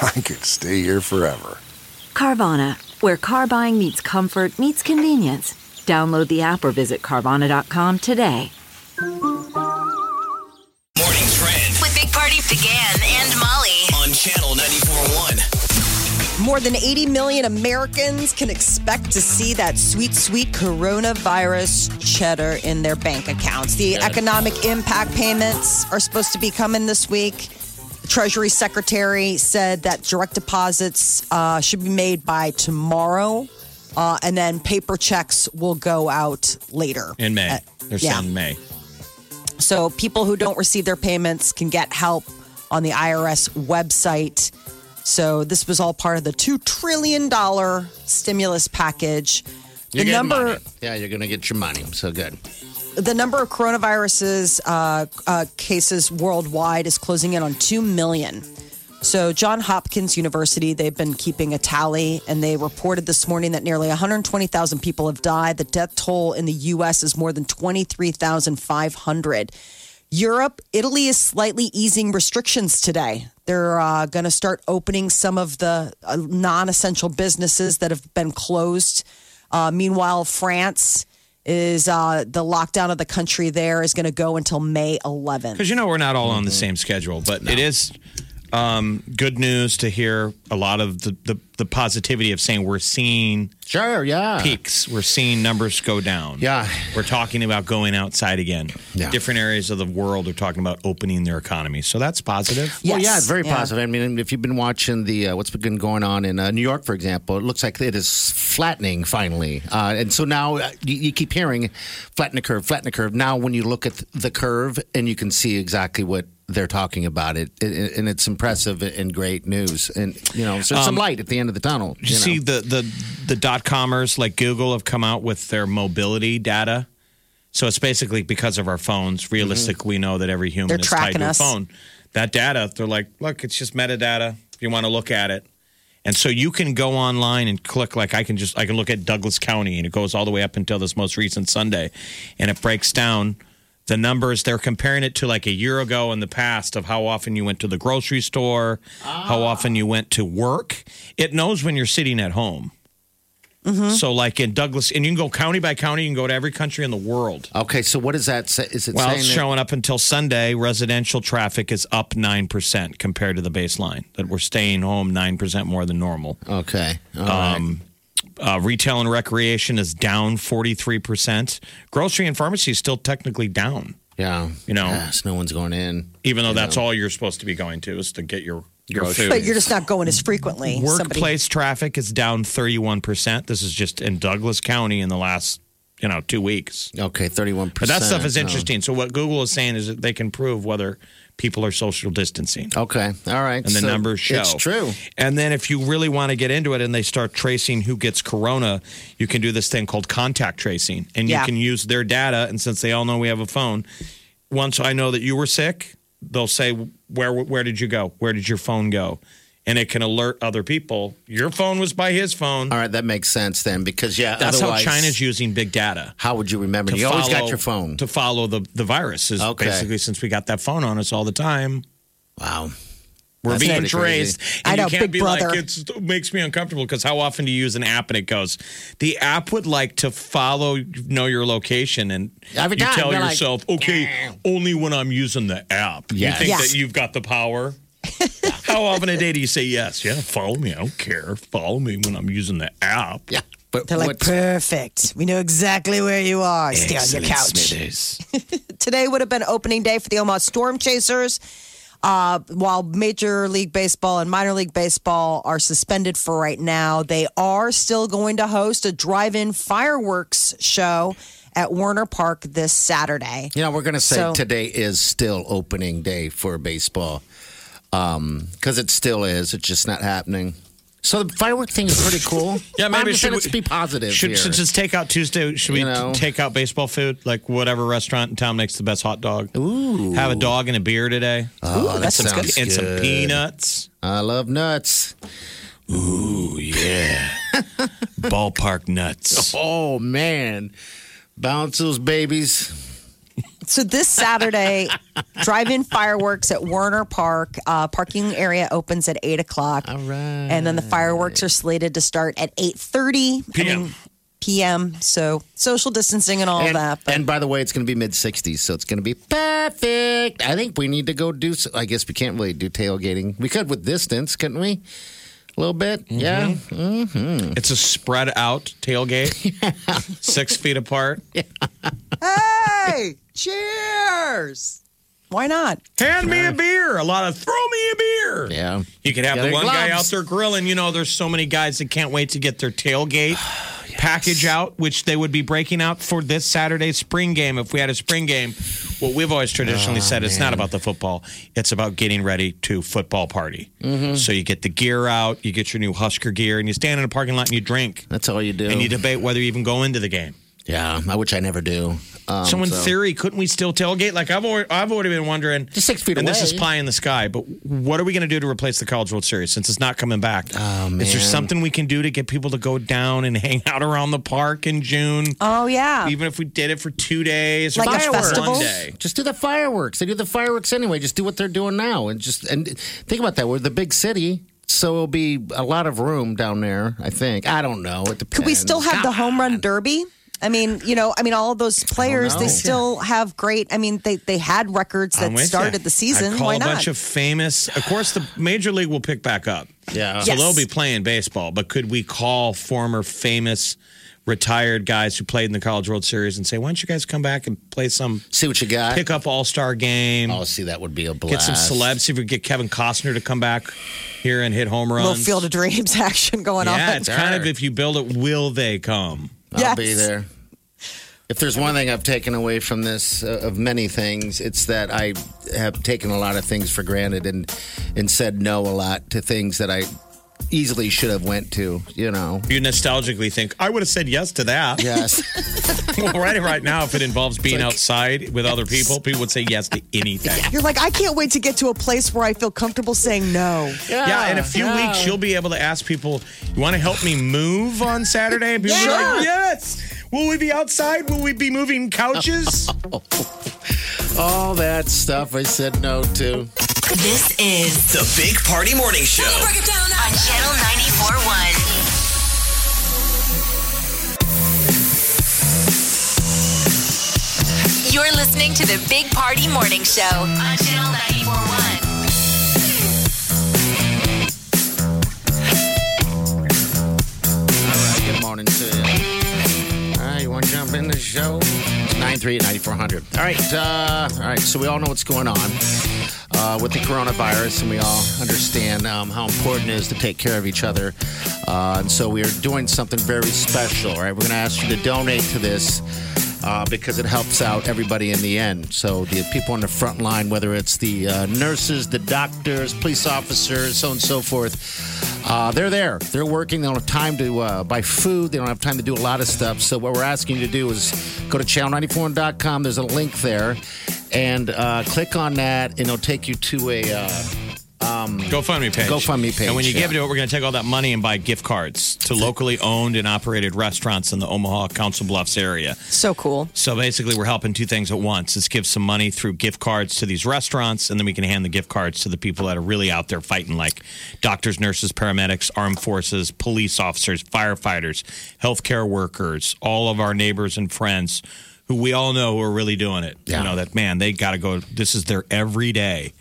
Speaker 7: I could stay here forever.
Speaker 8: Carvana, where car buying meets comfort, meets convenience. Download the app or visit Carvana.com today.
Speaker 6: Morning Trend
Speaker 2: With Big Party began and Molly.
Speaker 6: on Channel 94.1.
Speaker 5: More than 80 million Americans can expect to see that sweet, sweet coronavirus cheddar in their bank accounts. The economic impact payments are supposed to be coming this week. The Treasury Secretary said that direct deposits uh, should be made by tomorrow, uh, and then paper checks will go out later
Speaker 4: In May.
Speaker 5: Uh,
Speaker 4: They're
Speaker 5: yeah.
Speaker 4: saying May.
Speaker 5: So people who don't receive their payments can get help on the IRS website. So this was all part of the two trillion dollar stimulus package.
Speaker 3: You're
Speaker 5: the
Speaker 3: getting
Speaker 5: number
Speaker 3: money. Yeah, you're gonna get your money. So good.
Speaker 5: the number of coronaviruses uh, uh, cases worldwide is closing in on 2 million. So, John Hopkins University, they've been keeping a tally, and they reported this morning that nearly 120,000 people have died. The death toll in the U.S. is more than 23,500. Europe, Italy is slightly easing restrictions today. They're uh, going to start opening some of the uh, non essential businesses that have been closed. Uh, meanwhile, France is uh, the lockdown of the country there is going to go until May 11th.
Speaker 4: Because you know we're not all on the
Speaker 3: Mm-hmm.
Speaker 4: same schedule, but it is um, good news to hear a lot of the, the, the positivity of saying we're seeing
Speaker 3: Sure. Yeah.
Speaker 4: peaks, we're seeing numbers go down.
Speaker 3: Yeah.
Speaker 4: we're talking about going outside again.
Speaker 3: Yeah.
Speaker 4: Different areas of the world are talking about opening their economy, so that's positive.
Speaker 3: Well, yeah,
Speaker 5: Yes.
Speaker 3: it's very
Speaker 5: Yeah.
Speaker 3: positive. I mean, if you've been watching the uh, what's been going on in uh, New York, for example, it looks like it is flattening finally, uh, and so now uh, you, you keep hearing flatten the curve, flatten the curve. Now, when you look at the curve, and you can see exactly what they're talking about, it, it and it's impressive and great news, and you know, so some light at the end of the tunnel.
Speaker 4: Did Um, you,
Speaker 3: know.
Speaker 4: see the the the dot comers like Google have come out with their mobility data. So it's basically because of our phones. Realistic, we know that every human
Speaker 5: Mm-hmm. They're
Speaker 4: is tied
Speaker 5: tracking
Speaker 4: to a
Speaker 5: us.
Speaker 4: phone. That data, they're like, look, it's just metadata. If you want to look at it, and so you can go online and click. Like I can just I can look at Douglas County, and it goes all the way up until this most recent Sunday, and it breaks down the numbers. They're comparing it to like a year ago in the past of how often you went to the grocery store, how
Speaker 5: Ah.
Speaker 4: often you went to work. It knows when you're sitting at home.
Speaker 5: Mm-hmm.
Speaker 4: So like in Douglas, and you can go county by county. You can go to every country in the world.
Speaker 3: Okay, so what does that say? Is it
Speaker 4: Well,
Speaker 3: saying
Speaker 4: it's
Speaker 3: that-
Speaker 4: showing up until Sunday. Residential traffic is up 9% compared to the baseline, that we're staying home 9% more than normal.
Speaker 3: Okay, Oh, all right.
Speaker 4: Uh, retail and recreation is down 43%. Grocery and pharmacy is still technically down,
Speaker 3: yeah,
Speaker 4: you know.
Speaker 3: Yes, no one's going in.
Speaker 4: even though that's all you're supposed to be going to is to get your, your food.
Speaker 3: Groceries.
Speaker 5: But you're just not going as frequently. Somebody-
Speaker 4: Workplace traffic is down 31%. This is just in Douglas County in the last you know two weeks.
Speaker 3: Okay, Oh. 31%.
Speaker 4: But that stuff is interesting. So what Google is saying is that they can prove whether people are social distancing.
Speaker 3: Okay, all right.
Speaker 4: And the
Speaker 3: so
Speaker 4: numbers show.
Speaker 3: It's true.
Speaker 4: And then if you really want to get into it and they start tracing who gets corona, you can do this thing called contact tracing. And
Speaker 5: Yeah.
Speaker 4: you can use their data. And since they all know we have a phone, once I know that you were sick, they'll say, where, where did you go? Where did your phone go? And it can alert other people. Your phone was by his phone.
Speaker 3: All right, that makes sense then because, yeah,
Speaker 4: That's how
Speaker 3: Uh, otherwise,
Speaker 4: China's using big data.
Speaker 3: How would you remember?
Speaker 4: to
Speaker 3: You always got
Speaker 4: follow-
Speaker 3: your phone.
Speaker 4: to follow the the virus. Is
Speaker 3: Okay.
Speaker 4: basically since we got that phone on us all the time,
Speaker 3: Wow.
Speaker 4: we're
Speaker 3: That's
Speaker 4: being
Speaker 3: pretty
Speaker 4: traced. And
Speaker 5: I
Speaker 4: you
Speaker 5: know,
Speaker 4: can't
Speaker 5: Big
Speaker 4: be like
Speaker 5: Brother.
Speaker 4: it's, it makes me uncomfortable because how often do you use an app and it goes, the app would like to follow know your location and
Speaker 3: Every
Speaker 4: you
Speaker 3: time,
Speaker 4: tell
Speaker 3: you're like,
Speaker 4: yourself okay only when I'm using the app.
Speaker 3: Yes.
Speaker 4: You think
Speaker 5: Yes.
Speaker 4: that you've got the power. how often a day do you say yes? Yeah, follow me. I don't care. Follow me when I'm using the app.
Speaker 3: Yeah. But
Speaker 5: They're like,
Speaker 3: what's-
Speaker 5: perfect. We know exactly where you are. Stay on your couch. Today would have been opening day for the Omaha Storm Chasers. Uh, while Major League Baseball and Minor League Baseball are suspended for right now, they are still going to host a drive in fireworks show at Warner Park this Saturday.
Speaker 3: Yeah, we're going to say
Speaker 5: So-
Speaker 3: today is still opening day for baseball because it still is. It's just not happening. So the firework thing is pretty cool.
Speaker 4: Yeah, maybe
Speaker 3: I'm just
Speaker 4: should
Speaker 3: saying, let's
Speaker 4: we-
Speaker 3: be positive
Speaker 4: Should,
Speaker 3: here.
Speaker 4: Since it's takeout Tuesday, should we
Speaker 3: You know?
Speaker 4: t- take out baseball food? Like whatever restaurant in town makes the best hot dog. Ooh. Have a dog and a beer today.
Speaker 3: oh, that
Speaker 4: some,
Speaker 3: sounds
Speaker 4: And some
Speaker 3: good.
Speaker 4: peanuts.
Speaker 3: I love nuts.
Speaker 4: Ooh, yeah. Ballpark nuts.
Speaker 3: Oh man, bounce those babies.
Speaker 5: So this Saturday, drive-in fireworks at Werner Park. Uh, parking area opens at eight o'clock. All
Speaker 3: right.
Speaker 5: And
Speaker 4: Mm.
Speaker 5: then the fireworks are slated to start at eight thirty
Speaker 4: PM.
Speaker 5: p.m. So social distancing and all
Speaker 3: And,
Speaker 5: that. But
Speaker 3: and by the way, it's going to be mid 60s, so it's going to be perfect. I think we need to go do. So, I guess we can't really do tailgating. We could with distance, couldn't we? A little bit,
Speaker 4: Mm-hmm.
Speaker 3: yeah.
Speaker 4: It's a spread out tailgate, six feet apart.
Speaker 5: hey, cheers! Why not?
Speaker 4: Hand me a beer. A lot of throw me a beer.
Speaker 3: Yeah.
Speaker 4: You could have
Speaker 3: Yeah,
Speaker 4: the
Speaker 3: they're
Speaker 4: one guy out
Speaker 3: gloves.
Speaker 4: there grilling. You know, there's so many guys that can't wait to get their tailgate package out, which they would be breaking out for this Saturday spring game if we had a spring game. What we've always
Speaker 3: Oh,
Speaker 4: traditionally said, it's not about the football; it's about getting ready to football party.
Speaker 3: Mm-hmm.
Speaker 4: So you get the gear out, you get your new Husker gear, and you stand in a parking lot and you drink
Speaker 3: That's all you do.
Speaker 4: and you debate whether you even go into the game.
Speaker 3: Yeah, I- which I never do. Um,
Speaker 4: So in theory, couldn't we still tailgate? Like I've already, I've already been wondering.
Speaker 3: Just six feet
Speaker 4: And this is
Speaker 3: away.
Speaker 4: pie in the sky. But what are we going to do to replace the College World Series since it's not coming back? Oh, man. Is there something we can do to get people to go down and hang out around the park in June?
Speaker 5: Oh yeah,
Speaker 4: Even if we did it for two days, or
Speaker 5: Like a
Speaker 4: fireworks
Speaker 5: festival?
Speaker 4: one day.
Speaker 3: Just do the fireworks. They do the fireworks anyway. Just do what they're doing now, and just and think about that. We're the big city, so it'll be a lot of room down there. I think. I don't know. It depends.
Speaker 5: could we still have the
Speaker 3: God.
Speaker 5: home run derby? I mean, you know, I mean, all of those players, they
Speaker 3: know.
Speaker 5: still have great. I mean, they they had records
Speaker 4: I'm
Speaker 5: that
Speaker 4: with
Speaker 5: started
Speaker 4: ya.
Speaker 5: the season.
Speaker 4: I'd call
Speaker 5: Why
Speaker 4: a
Speaker 5: not?
Speaker 4: bunch of famous. Of course, the major league will pick back up.
Speaker 3: Yeah.
Speaker 4: So
Speaker 5: Yes.
Speaker 4: they'll be playing baseball, but could we call former famous retired guys who played in the College World Series and say, why don't you guys come back and play some
Speaker 3: See what you got.
Speaker 4: pick up All Star game?
Speaker 3: oh, see, that would be a
Speaker 4: Get
Speaker 3: blast.
Speaker 4: some celebs. See if we can get Kevin Costner to come back here and hit home
Speaker 5: little
Speaker 4: runs.
Speaker 5: field of dreams action going on.
Speaker 4: yeah, it's kind of
Speaker 3: Darn.
Speaker 4: if you build it, will they come?
Speaker 3: I'll be
Speaker 5: Yes.
Speaker 3: there. If there's one thing I've taken away from this, uh, of many things, it's that I have taken a lot of things for granted and and said no a lot to things that I easily should have went to. You know.
Speaker 4: You nostalgically think I would have said yes to that.
Speaker 3: Yes.
Speaker 4: well, right, right now, if it involves being outside with other people, people would say yes to anything.
Speaker 5: You're like, I can't wait to get to a place where I feel comfortable saying no.
Speaker 4: Yeah, in a few weeks you'll be able to ask people, "You want to help me move on Saturday?" And people will be like, "Yes." Will we be outside? Will we be moving couches?
Speaker 3: all that stuff I said no to.
Speaker 2: This is
Speaker 6: The Big Party Morning Show.
Speaker 2: on Channel 94.1. You're listening to the Big Party Morning Show on Channel 94.1.
Speaker 3: Good morning to you. All right, you want to jump in the show? 938-9400. All right, uh, all right. So we all know what's going on. uh, with the coronavirus, and we all understand um, how important it is to take care of each other. Uh, and so we are doing something very special, all right? We're going to ask you to donate to this. Uh, because it helps out everybody in the end. So the people on the front line, whether it's the uh, nurses, the doctors, police officers, so on and so forth, uh, they're there. They're working. They don't have time to uh, buy food. They don't have time to do a lot of stuff. So what we're asking you to do is go to channel94.com. There's a link there, and uh, click on that, and it'll take you to a. Uh,
Speaker 4: GoFundMe page.
Speaker 3: GoFundMe page,
Speaker 4: And when you give
Speaker 3: yeah.
Speaker 4: it to it, we're going to take all that money and buy gift cards to locally owned and operated restaurants in the Omaha Council Bluffs area.
Speaker 5: So cool.
Speaker 4: So basically, we're helping two things at once. Let's give some money through gift cards to these restaurants, and then we can hand the gift cards to the people that are really out there fighting, like doctors, nurses, paramedics, armed forces, police officers, firefighters, healthcare workers, all of our neighbors and friends who we all know who are really doing it.
Speaker 3: Yeah.
Speaker 4: You know, that man, they got to go. This is their every day.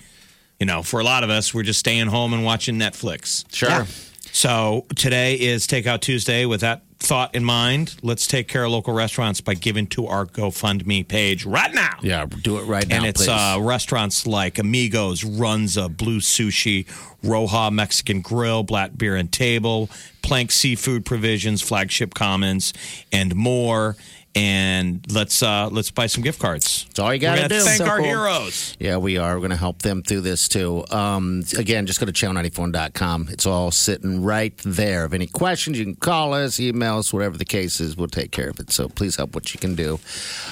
Speaker 4: You know, for a lot of us, we're just staying home and watching Netflix.
Speaker 3: sure.
Speaker 4: So today is Takeout Tuesday. With that thought in mind, let's take care of local restaurants by giving to our GoFundMe page right now.
Speaker 3: Yeah, do it right now.
Speaker 4: And it's
Speaker 3: please.
Speaker 4: uh, restaurants like Amigos, Runza, Blue Sushi, Roja Mexican Grill, Black Beer and Table, Plank Seafood Provisions, Flagship Commons, and more. And let's uh, let's buy some gift cards.
Speaker 3: That's all you
Speaker 4: We're
Speaker 3: gotta
Speaker 4: gonna
Speaker 3: do.
Speaker 4: Thank
Speaker 3: So
Speaker 4: our
Speaker 3: cool.
Speaker 4: heroes.
Speaker 3: Yeah, we are. We're going to help them through this too. Um, again, just go to channel94.com. It's all sitting right there. If any questions, you can call us, email us, whatever the case is, we'll take care of it. So please help what you can do.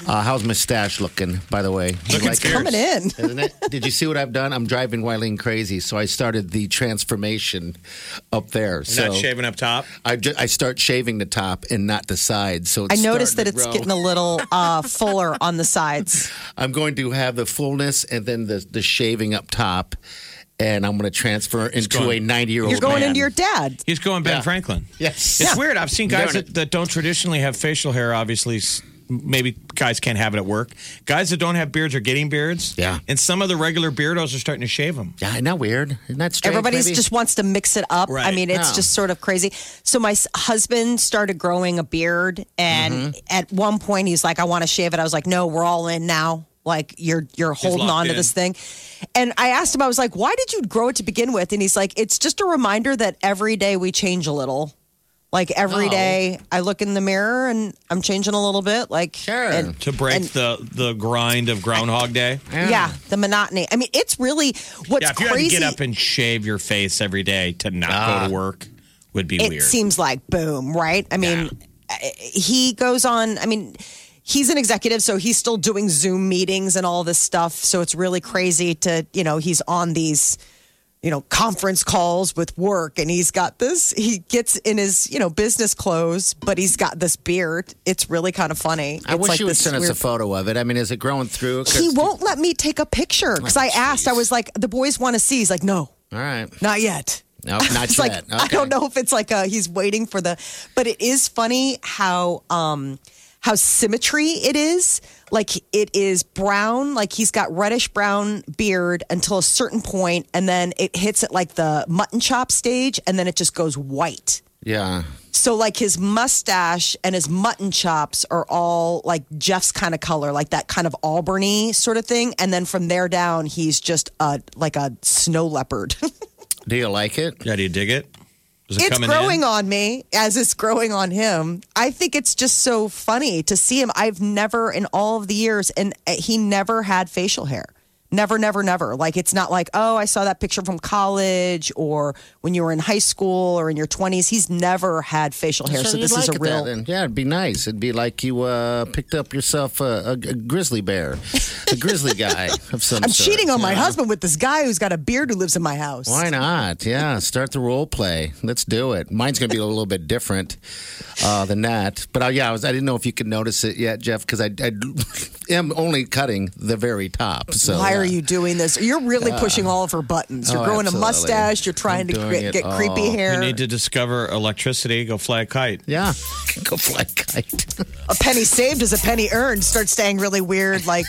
Speaker 3: Uh, how's my stash looking, by the way? You
Speaker 4: Looking
Speaker 3: like it?
Speaker 4: scarce.
Speaker 5: Coming in.
Speaker 3: Isn't it? Did you see what I've done? I'm driving Wileen crazy. So I started the transformation up there. so
Speaker 4: Not shaving up top.
Speaker 3: I, ju- I start shaving the top and not the sides. So
Speaker 5: I
Speaker 3: it's
Speaker 5: noticed that
Speaker 3: starting to
Speaker 5: it's
Speaker 3: grow.
Speaker 5: getting a little uh, fuller on the sides.
Speaker 3: I'm going to have the fullness and then the, the shaving up top, and I'm going to transfer into
Speaker 4: going-
Speaker 3: a 90 year old.
Speaker 5: You're going
Speaker 3: Oh, man.
Speaker 5: into your dad.
Speaker 4: He's going Ben
Speaker 3: Yeah.
Speaker 4: Franklin.
Speaker 3: Yes.
Speaker 4: It's
Speaker 3: Yeah.
Speaker 4: weird. I've seen guys
Speaker 3: Doing
Speaker 4: that, that don't traditionally have facial hair, obviously. s- Maybe guys can't have it at work. Guys that don't have beards are getting beards.
Speaker 3: Yeah.
Speaker 4: And some of the regular beardos are starting to shave them.
Speaker 3: Yeah, isn't that weird? Isn't that strange?
Speaker 5: Everybody's
Speaker 3: maybe?
Speaker 5: just wants to mix it up. I
Speaker 4: Right.
Speaker 5: mean, it's
Speaker 3: Yeah.
Speaker 5: just sort of crazy. So my s- husband started growing a beard, and
Speaker 3: Mm-hmm.
Speaker 5: at one point he's like, "I want to shave it." I was like, "No, we're all in now." Like you're you're holding on
Speaker 4: locked
Speaker 5: to
Speaker 4: in.
Speaker 5: this thing. And I asked him, I was like, "Why did you grow it to begin with?" And he's like, "It's just a reminder that every day we change a little." Like every
Speaker 3: Oh.
Speaker 5: day I look in the mirror and I'm changing a little bit. Like
Speaker 3: Sure.
Speaker 5: and-
Speaker 4: To break
Speaker 5: and-
Speaker 4: the, the grind of Groundhog Day.
Speaker 5: yeah. the monotony. I mean, it's really what's
Speaker 4: yeah, if you
Speaker 5: crazy. Ah.
Speaker 4: had to get up and shave your face every day to not go to work would be
Speaker 5: it
Speaker 4: weird.
Speaker 5: seems like boom, right? I mean, uh he goes on. I mean, he's an executive, so he's still doing Zoom meetings and all this stuff. So it's really crazy to you know he's on these you know conference calls with work, and he's got this. He gets in his you know business clothes, but he's got this beard. It's really kind of funny.
Speaker 3: I
Speaker 5: It's
Speaker 3: wish
Speaker 5: like
Speaker 3: you would
Speaker 5: this
Speaker 3: send us a
Speaker 5: weird-
Speaker 3: photo of it. I mean, is it growing through? 'Cause-
Speaker 5: He won't let me take a picture because
Speaker 3: Oh,
Speaker 5: I asked. I was like, the boys want to see. He's like, no,
Speaker 3: All right.
Speaker 5: not yet.
Speaker 3: No, not
Speaker 5: It's
Speaker 3: yet.
Speaker 5: like I
Speaker 3: Okay.
Speaker 5: don't know if it's like a he's waiting for the, but it is funny how um how symmetry it is. Like it is brown, like he's got reddish brown beard until a certain point, and then it hits at like the mutton chop stage, and then it just goes white.
Speaker 3: Yeah.
Speaker 5: So like his mustache and his mutton chops are all like Jeff's kind of color, like that kind of Alberny sort of thing, and then from there down, he's just uh like a snow leopard.
Speaker 3: Do you like it?
Speaker 4: yeah, do you dig it? Is it
Speaker 5: it's
Speaker 4: coming
Speaker 5: growing
Speaker 4: in?
Speaker 5: on me as it's growing on him. I think it's just so funny to see him. I've never in all of the years, and uh, he never had facial hair. Never, never, never. Like it's not like oh, I saw that picture from college or when you were in high school or in your twenties. He's never had facial hair, so,
Speaker 3: you'd
Speaker 5: this is
Speaker 3: like
Speaker 5: a
Speaker 3: it
Speaker 5: real.
Speaker 3: then, then. yeah, it'd be nice. It'd be like you uh, picked up yourself a, a, a grizzly bear, a grizzly guy of some
Speaker 5: I'm
Speaker 3: sort,
Speaker 5: cheating on
Speaker 3: you
Speaker 5: my
Speaker 3: know?
Speaker 5: husband with this guy who's got a beard who lives in my house.
Speaker 3: Why not? Yeah, start the role play. Let's do it. Mine's going to be a little bit different uh, than that. But uh, yeah, I, was, I didn't know if you could notice it yet, Jeff, because I, I am only cutting the very top. So uh,
Speaker 5: Why are
Speaker 3: yeah.
Speaker 5: you doing this? You're really pushing all of her buttons. You're
Speaker 3: Oh,
Speaker 5: growing
Speaker 3: absolutely.
Speaker 5: a mustache. You're trying
Speaker 3: I'm
Speaker 5: to
Speaker 3: doing
Speaker 5: cre-
Speaker 3: it
Speaker 5: get creepy
Speaker 3: all.
Speaker 5: hair.
Speaker 4: You need to discover electricity, go fly a kite.
Speaker 3: Yeah, go fly a kite.
Speaker 5: a penny saved is a penny earned starts staying really weird like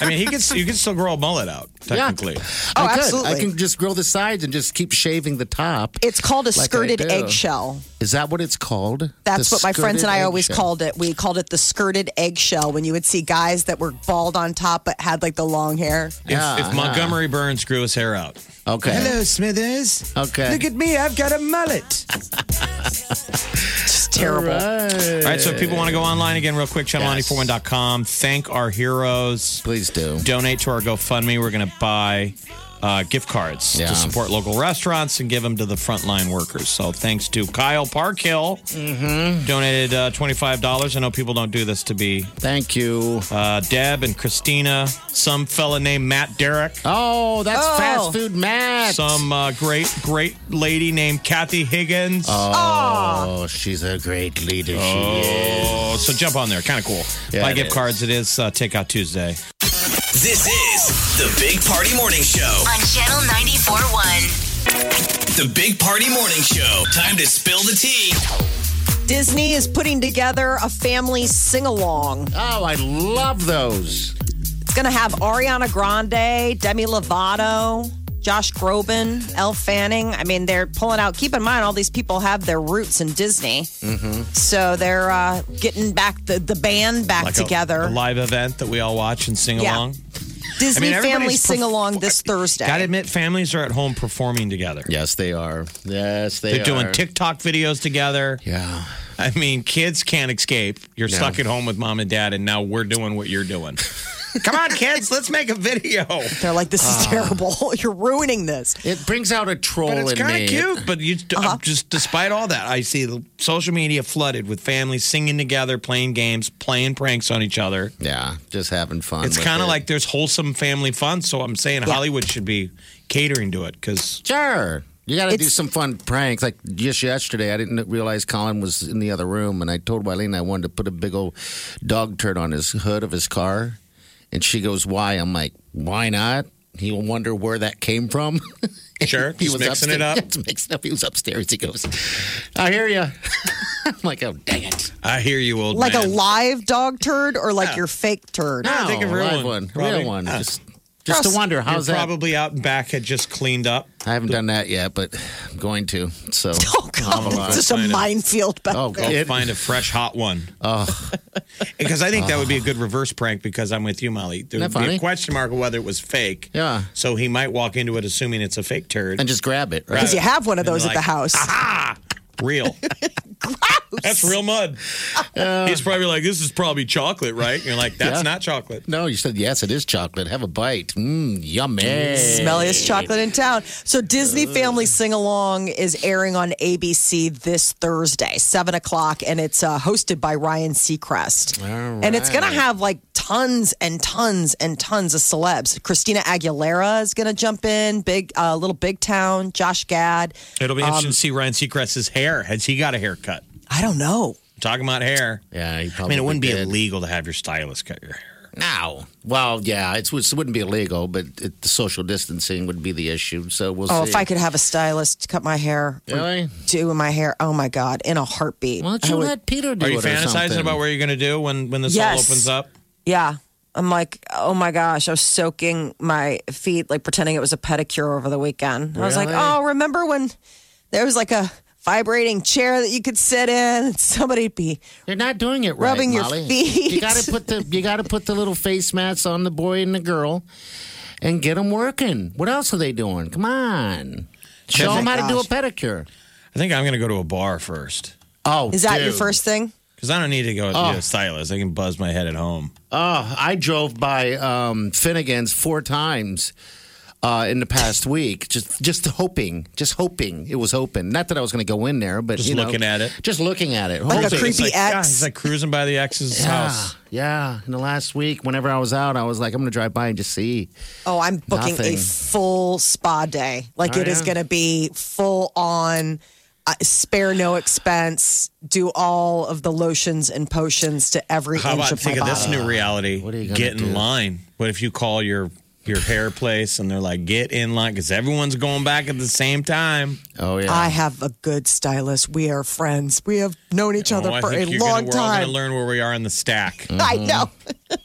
Speaker 4: I mean, he could, you could still grow a mullet out, technically.
Speaker 5: Oh,
Speaker 3: I could.
Speaker 5: absolutely.
Speaker 3: I can just grow the sides and just keep shaving the top.
Speaker 5: it's called a
Speaker 3: Like I
Speaker 5: skirted
Speaker 3: do.
Speaker 5: eggshell
Speaker 3: Is Is that what it's called?
Speaker 5: That's
Speaker 3: The
Speaker 5: what my friends and I
Speaker 3: skirted
Speaker 5: always
Speaker 3: eggshell.
Speaker 5: called it. We called it the skirted eggshell when you would see guys that were bald on top but had like the long hair.
Speaker 3: Yeah,
Speaker 4: if, if Montgomery Burns grew his hair out.
Speaker 3: Okay.
Speaker 4: Smithers.
Speaker 5: Oh,
Speaker 3: Okay.
Speaker 4: at me. I've got a mullet.
Speaker 5: It's terrible.
Speaker 4: All right, so if people want to go online again real quick, channel941.com. Thank our heroes.
Speaker 3: Please do.
Speaker 4: Donate to our GoFundMe. We're going to buy uh, gift cards
Speaker 3: Yeah.
Speaker 4: to support local restaurants and give them to the frontline workers. So thanks to Kyle Parkhill.
Speaker 3: Mm-hmm.
Speaker 4: Donated uh, $25. I know people don't do this to be
Speaker 3: Thank you.
Speaker 4: uh, Deb and Christina, some fella named Matt Derrick.
Speaker 3: Oh, that's
Speaker 5: Oh.
Speaker 3: fast food Matt.
Speaker 4: Some uh, great, great lady named Kathy Higgins.
Speaker 3: oh, she's a great leader. She is.
Speaker 4: Oh, so jump on there. Kind of cool.
Speaker 3: Yeah,
Speaker 4: Buy
Speaker 3: it
Speaker 4: gift
Speaker 3: is.
Speaker 4: cards. It is uh, Takeout Tuesday.
Speaker 6: This is the Big Party Morning Show.
Speaker 2: On Channel 941.
Speaker 6: The Big Party Morning Show. Time to spill the tea.
Speaker 5: Disney is putting together a family sing along.
Speaker 3: Oh, I love those.
Speaker 5: It's going to have Ariana Grande, Demi Lovato, Josh Groban, Elle Fanning. I mean, they're pulling out. Keep in mind, all these people have their roots in Disney.
Speaker 4: Mm-hmm.
Speaker 5: So they're uh, getting back the, the band back
Speaker 4: Like a-
Speaker 5: together.
Speaker 4: A, live event that we all watch and sing
Speaker 5: Yeah.
Speaker 4: along.
Speaker 5: Disney
Speaker 4: I mean,
Speaker 5: family
Speaker 4: everybody's
Speaker 5: sing along this Thursday.
Speaker 4: Gotta admit, families are at home performing together.
Speaker 3: Yes, they are. Yes, they
Speaker 4: They're
Speaker 3: are.
Speaker 4: doing TikTok videos together.
Speaker 3: Yeah.
Speaker 4: I mean, kids can't escape. You're
Speaker 3: No.
Speaker 4: stuck at home with mom and dad, and now we're doing what you're doing. Come on, kids, let's make a video.
Speaker 5: They're like, this
Speaker 4: Ah.
Speaker 5: is terrible. You're ruining this.
Speaker 3: It brings out a troll
Speaker 4: But it's
Speaker 3: in
Speaker 4: kind
Speaker 3: me.
Speaker 4: of cute. But you
Speaker 5: Uh-huh.
Speaker 4: I'm just, despite all that, I see the social media flooded with families singing together, playing games, playing pranks on each other.
Speaker 3: Yeah, just having fun.
Speaker 4: It's
Speaker 3: with
Speaker 4: kind of
Speaker 3: it.
Speaker 4: like there's wholesome family fun. So I'm saying Hollywood should be catering to it because
Speaker 3: Sure. You got to do
Speaker 5: It's-
Speaker 3: some fun pranks. Like just yesterday, I didn't realize Colin was in the other room, and I told Wileen I wanted to put a big old dog turd on his hood of his car. And she goes, Why? I'm like, Why not? He'll wonder where that came from.
Speaker 4: Sure,
Speaker 3: he
Speaker 4: just
Speaker 3: was
Speaker 4: mixing it
Speaker 3: upstairs.
Speaker 4: up.
Speaker 3: Yeah, just mixing up. He was upstairs. He goes, I hear you. I'm like, Oh, dang it.
Speaker 4: I hear you, old
Speaker 5: Like
Speaker 4: man.
Speaker 5: a live dog turd or like your fake turd?
Speaker 4: I think a real
Speaker 3: Oh, live
Speaker 4: one,
Speaker 3: Real
Speaker 4: Robbie.
Speaker 3: one.
Speaker 4: Ah.
Speaker 3: Just, just to
Speaker 5: Gross.
Speaker 3: wonder,
Speaker 4: You're
Speaker 3: how's that?
Speaker 4: probably out and back had just cleaned up.
Speaker 3: I haven't done that yet, but I'm going to. So.
Speaker 5: Oh, God. It's just a minefield back
Speaker 3: Oh,
Speaker 4: Go
Speaker 5: there.
Speaker 3: It-
Speaker 4: find a fresh hot one. Because I think that would be a good reverse prank because I'm with you, Molly. There would be
Speaker 3: Isn't that
Speaker 4: a
Speaker 3: funny?
Speaker 4: question mark of whether it was fake.
Speaker 3: Yeah.
Speaker 4: So he might walk into it assuming it's a fake turd.
Speaker 3: And just grab it, right?
Speaker 5: Because you have one of those at
Speaker 4: like,
Speaker 5: the house.
Speaker 4: real. That's real mud. He's probably like, this is probably chocolate, right? And you're like, that's
Speaker 3: Yeah.
Speaker 4: not chocolate.
Speaker 3: No, you said yes. It is chocolate. Have a bite. Mmm, yummy.
Speaker 5: Smelliest chocolate in town. So Disney Family Sing Along is airing on ABC this Thursday, seven o'clock, and it's uh, hosted by Ryan Seacrest. And it's gonna have like tons and tons and tons of celebs. Christina Aguilera is gonna jump in. Big, uh, little Big Town. Josh Gad.
Speaker 4: It'll be
Speaker 3: Um,
Speaker 4: interesting to see Ryan Seacrest's hair. Has he got a haircut?
Speaker 5: I don't know.
Speaker 4: Talking about hair.
Speaker 3: Yeah, he
Speaker 4: I
Speaker 3: probably.
Speaker 4: mean, it wouldn't be
Speaker 3: did.
Speaker 4: illegal to have your stylist cut your hair.
Speaker 3: now. Well, yeah, it's, it wouldn't be illegal, but it, the social distancing would be the issue. So we'll
Speaker 5: Oh,
Speaker 3: see.
Speaker 5: if I could have a stylist cut my hair, or
Speaker 3: Really?
Speaker 5: do my hair. Oh my God, in a heartbeat.
Speaker 3: Why don't
Speaker 5: I
Speaker 3: you
Speaker 5: would-
Speaker 3: let Peter do
Speaker 4: Are
Speaker 3: it?
Speaker 4: you
Speaker 3: or
Speaker 4: fantasizing
Speaker 3: something?
Speaker 4: about what you're going to do when, when this all
Speaker 5: Yes.
Speaker 4: opens up?
Speaker 5: Yeah. I'm like, oh my gosh, I was soaking my feet, like pretending it was a pedicure over the weekend. I was like,
Speaker 3: Really?
Speaker 5: oh, remember when there was like a vibrating chair that you could sit in and somebody'd be,
Speaker 3: You're not doing it right,
Speaker 5: Rubbing your
Speaker 3: Molly.
Speaker 5: feet.
Speaker 3: You got to put the you got to put the little face mats on the boy and the girl, and get them working. What else are they doing? Come on, show
Speaker 5: Oh
Speaker 3: them
Speaker 5: my
Speaker 3: how to do a
Speaker 5: gosh.
Speaker 3: pedicure.
Speaker 4: I think I'm going to go to a bar first
Speaker 3: Oh,
Speaker 5: is that your
Speaker 3: dude.
Speaker 5: first thing?
Speaker 4: because I don't need to go
Speaker 5: Oh.
Speaker 4: to a stylist. I can buzz my head at home.
Speaker 3: Oh, I drove by um, Finnegan's four times uh, in the past week, just just hoping, just hoping it was open. Not that I was going to go in there, but
Speaker 4: Just
Speaker 3: you know,
Speaker 4: looking at it.
Speaker 3: just looking at it.
Speaker 5: Like a
Speaker 3: hoping.
Speaker 5: creepy
Speaker 4: It's like, yeah,
Speaker 5: ex.
Speaker 4: he's like cruising by the ex's
Speaker 3: Yeah,
Speaker 4: house.
Speaker 3: yeah. In the last week, whenever I was out, I was like, I'm going to drive by and just see.
Speaker 5: Oh, I'm booking a
Speaker 3: Nothing.
Speaker 5: full spa day. Like
Speaker 3: Oh,
Speaker 5: it is
Speaker 3: yeah.
Speaker 5: going to be full on, uh, spare no expense, do all of the lotions and potions to every
Speaker 4: How
Speaker 5: inch
Speaker 4: about
Speaker 5: of my
Speaker 4: think of
Speaker 5: body.
Speaker 4: this new reality?
Speaker 3: What are you gonna
Speaker 4: get in
Speaker 3: do?
Speaker 4: line. What if you call your your hair place and they're like, get in line because everyone's going back at the same time.
Speaker 3: Oh yeah,
Speaker 5: I have a good stylist. We are friends. We have known each other
Speaker 4: Oh, I
Speaker 5: for a
Speaker 4: think you're
Speaker 5: long
Speaker 4: gonna, we're all
Speaker 5: Mm. time.
Speaker 3: Mm-hmm.
Speaker 4: going to learn where we are in the stack.
Speaker 5: I know.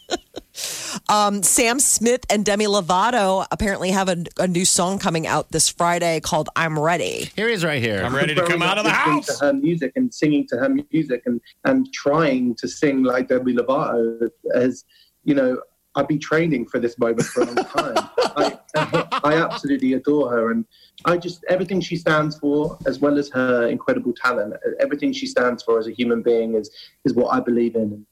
Speaker 5: Um, Sam Smith and Demi Lovato apparently have a, a new song coming out this Friday called "I'm Ready."
Speaker 3: Here he is right here.
Speaker 4: I'm ready to come out of the
Speaker 9: listening
Speaker 4: house.
Speaker 9: To her music and singing to her music and and trying to sing like Debbie Lovato as you know. I've been training for this moment for a long time. I, I absolutely adore her, and I just everything she stands for, as well as her incredible talent, everything she stands for as a human being is is what I believe in.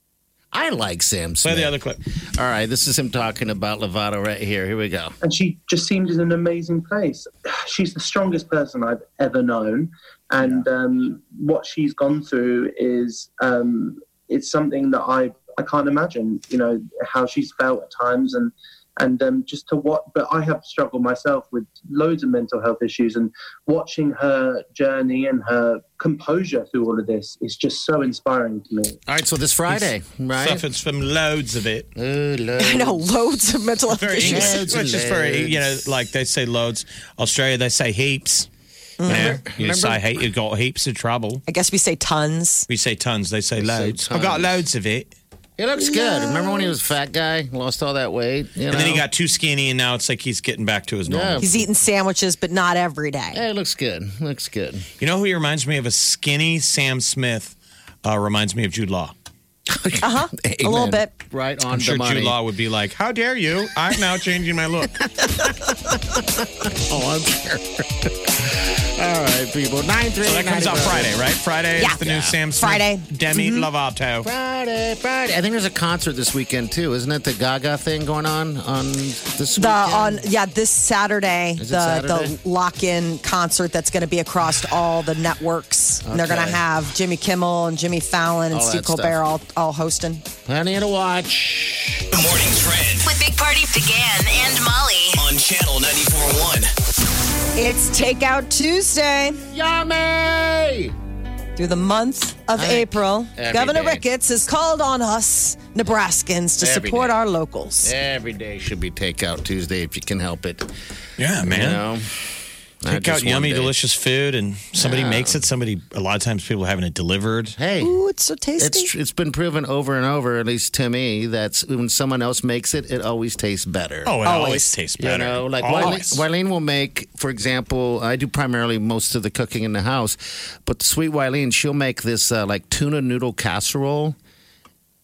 Speaker 3: I like Sam
Speaker 4: Play
Speaker 3: Smith.
Speaker 4: the other clip.
Speaker 3: All right, this is him talking about Lovato right here. Here we go.
Speaker 9: and she just seemed in an amazing place. She's the strongest person I've ever known, and um, what she's gone through is um, it's something that I I can't imagine. You know how she's felt at times, and and um, just to what. But I have struggled myself with loads of mental health issues, and watching her journey and her composure through all of this is just so inspiring to me.
Speaker 3: All right, so this Friday, right?
Speaker 4: Suffers from loads of it.
Speaker 5: I know loads of mental health
Speaker 4: Very
Speaker 5: issues.
Speaker 4: English, which is very you know, like they say loads. Australia they say heaps. Yeah, you say hate, you got heaps of trouble.
Speaker 5: I guess we say tons.
Speaker 4: We say tons, they say
Speaker 3: say
Speaker 4: loads. I got loads
Speaker 3: tons.
Speaker 4: of it.
Speaker 3: He looks good. Remember when he was a fat guy, lost all that weight? You
Speaker 4: And then he
Speaker 3: know?
Speaker 4: got too skinny, and now it's like he's getting back to his normal.
Speaker 3: Yeah.
Speaker 5: He's eating sandwiches, but not every day.
Speaker 3: Hey, looks good. Looks good.
Speaker 4: You know who he reminds me of? A skinny Sam Smith uh, reminds me of Jude Law.
Speaker 5: Uh huh. A little bit.
Speaker 3: Amen. Right on
Speaker 4: I'm sure
Speaker 3: the money.
Speaker 4: Jude Law would be like, "How dare you? I'm now changing my look."
Speaker 3: Oh, I'm sure. all right, people. Nine three.
Speaker 4: So that comes out Friday, right? Friday
Speaker 5: Yeah.
Speaker 4: is the new Sam Smith.
Speaker 5: Friday.
Speaker 4: Demi Lovato.
Speaker 3: Friday, Friday. I think there's a concert this weekend too, isn't it? The Gaga thing going on on this
Speaker 5: The on
Speaker 3: weekend.
Speaker 5: yeah this Saturday
Speaker 3: Is it
Speaker 5: the
Speaker 3: Saturday?
Speaker 5: the lock in concert that's going to be across all the networks. And they're going to
Speaker 3: Okay.
Speaker 5: have Jimmy Kimmel and Jimmy Fallon and
Speaker 3: All
Speaker 5: Steve
Speaker 3: that stuff.
Speaker 5: Colbert all, all hosting.
Speaker 3: Plenty to watch.
Speaker 6: The morning trend
Speaker 2: With Big Party began and Molly.
Speaker 6: on channel 94.1.
Speaker 5: It's Takeout Tuesday.
Speaker 3: Yummy.
Speaker 5: through the month of
Speaker 3: All right.
Speaker 5: April.
Speaker 3: Every
Speaker 5: Governor
Speaker 3: day.
Speaker 5: Ricketts has called on us Nebraskans to
Speaker 3: Every
Speaker 5: support
Speaker 3: day.
Speaker 5: our locals.
Speaker 3: Every day should be takeout Tuesday if you can help it.
Speaker 4: Yeah, man.
Speaker 3: You know, Not
Speaker 4: Pick out
Speaker 3: just one
Speaker 4: yummy,
Speaker 3: day.
Speaker 4: delicious food, and somebody makes it. Somebody, a lot of times, people are having it delivered.
Speaker 3: Hey,
Speaker 5: Ooh, it's so tasty.
Speaker 3: it's it's been proven over and over, at least to me, that when someone else makes it, it always tastes better.
Speaker 4: Oh, it always,
Speaker 5: Always.
Speaker 4: tastes
Speaker 3: You
Speaker 4: better.
Speaker 3: know, like Wylene,
Speaker 4: always.
Speaker 3: Wylene will make, for example, I do primarily most of the cooking in the house, but the sweet Wylene, she'll make this uh, like tuna noodle casserole.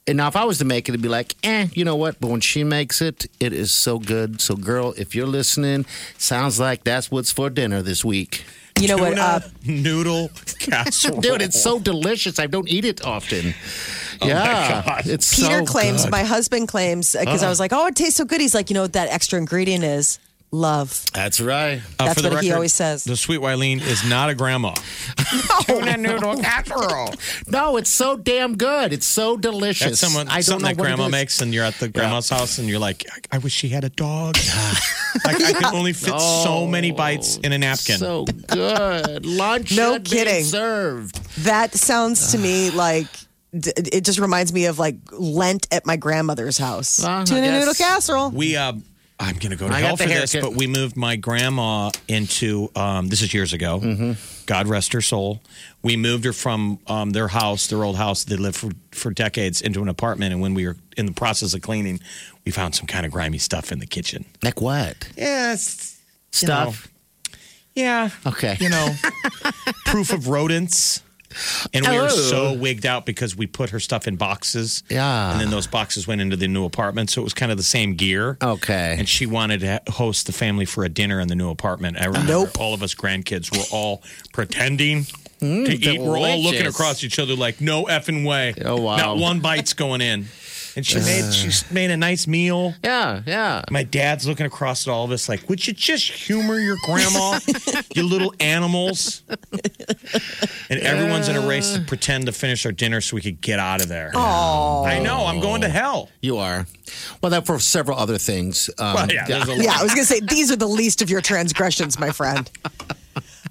Speaker 3: And now, if I was to make it, it'd be like, eh, you know what? But when she makes it, it is so good. So, girl, if you're listening, sounds like that's what's for dinner this week.
Speaker 5: you know what?
Speaker 4: Tuna
Speaker 5: Uh,
Speaker 4: noodle casserole.
Speaker 3: Dude, it's
Speaker 4: Oh.
Speaker 3: so delicious. I don't eat it often. yeah.
Speaker 4: God.
Speaker 3: It's
Speaker 5: Peter
Speaker 3: so
Speaker 5: claims,
Speaker 3: good.
Speaker 5: my husband claims,
Speaker 3: Uh-huh.
Speaker 5: because I was like, oh, it tastes so good. He's like, you know what that extra ingredient is? Love.
Speaker 3: That's right.
Speaker 4: Uh,
Speaker 5: That's
Speaker 4: for the
Speaker 5: what he
Speaker 4: record,
Speaker 5: always says.
Speaker 4: The sweet Wileen is not a grandma. Tuna noodle casserole.
Speaker 3: No, it's so damn good. It's so delicious.
Speaker 4: That's someone,
Speaker 3: I don't
Speaker 4: something that
Speaker 3: know what it
Speaker 4: grandma
Speaker 3: is.
Speaker 4: makes, and you're at the grandma's house, and you're like, I, I wish she had a dog. like, I can only fit so many bites in a napkin.
Speaker 3: So good. Lunch
Speaker 5: No
Speaker 3: should be
Speaker 5: kidding.
Speaker 3: served.
Speaker 5: That sounds to me like. d- It just reminds me of like Lent at my grandmother's house.
Speaker 3: Well, I
Speaker 5: Tuna noodle
Speaker 3: guess.
Speaker 5: casserole.
Speaker 4: we, uh, I'm going to go to
Speaker 3: I
Speaker 4: hell
Speaker 3: got
Speaker 4: for
Speaker 3: the
Speaker 4: this,
Speaker 3: haircut.
Speaker 4: but we moved my grandma into, um, this is years ago.
Speaker 3: Mm-hmm.
Speaker 4: God rest her soul. We moved her from um, their house, their old house they lived for, for decades, into an apartment. And when we were in the process of cleaning, we found some kind of grimy stuff in the kitchen.
Speaker 3: Like what?
Speaker 4: Yes.
Speaker 3: Stuff.
Speaker 4: Yeah.
Speaker 3: Okay.
Speaker 4: you know, proof of rodents. And we were
Speaker 3: Oh.
Speaker 4: so wigged out because we put her stuff in boxes.
Speaker 3: Yeah.
Speaker 4: And then those boxes went into the new apartment. So it was kind of the same gear.
Speaker 3: Okay.
Speaker 4: And she wanted to ha- host the family for a dinner in the new apartment. I remember
Speaker 5: Nope.
Speaker 4: all of us grandkids were all pretending to eat. We're all looking
Speaker 3: delicious.
Speaker 4: across each other like, no effing way.
Speaker 3: Oh, wow.
Speaker 4: Not one bite's going in. And she made she made a nice meal.
Speaker 3: Yeah, yeah.
Speaker 4: My dad's looking across at all of us like, would you just humor your grandma, you little animals? And everyone's in a race to pretend to finish our dinner so we could get out of there. Oh. I know, I'm going to hell.
Speaker 3: You are. Well, that for several other things. Um,
Speaker 4: Well, yeah, there's a lot.
Speaker 5: Yeah, I was going to say, these are the least of your transgressions, my friend.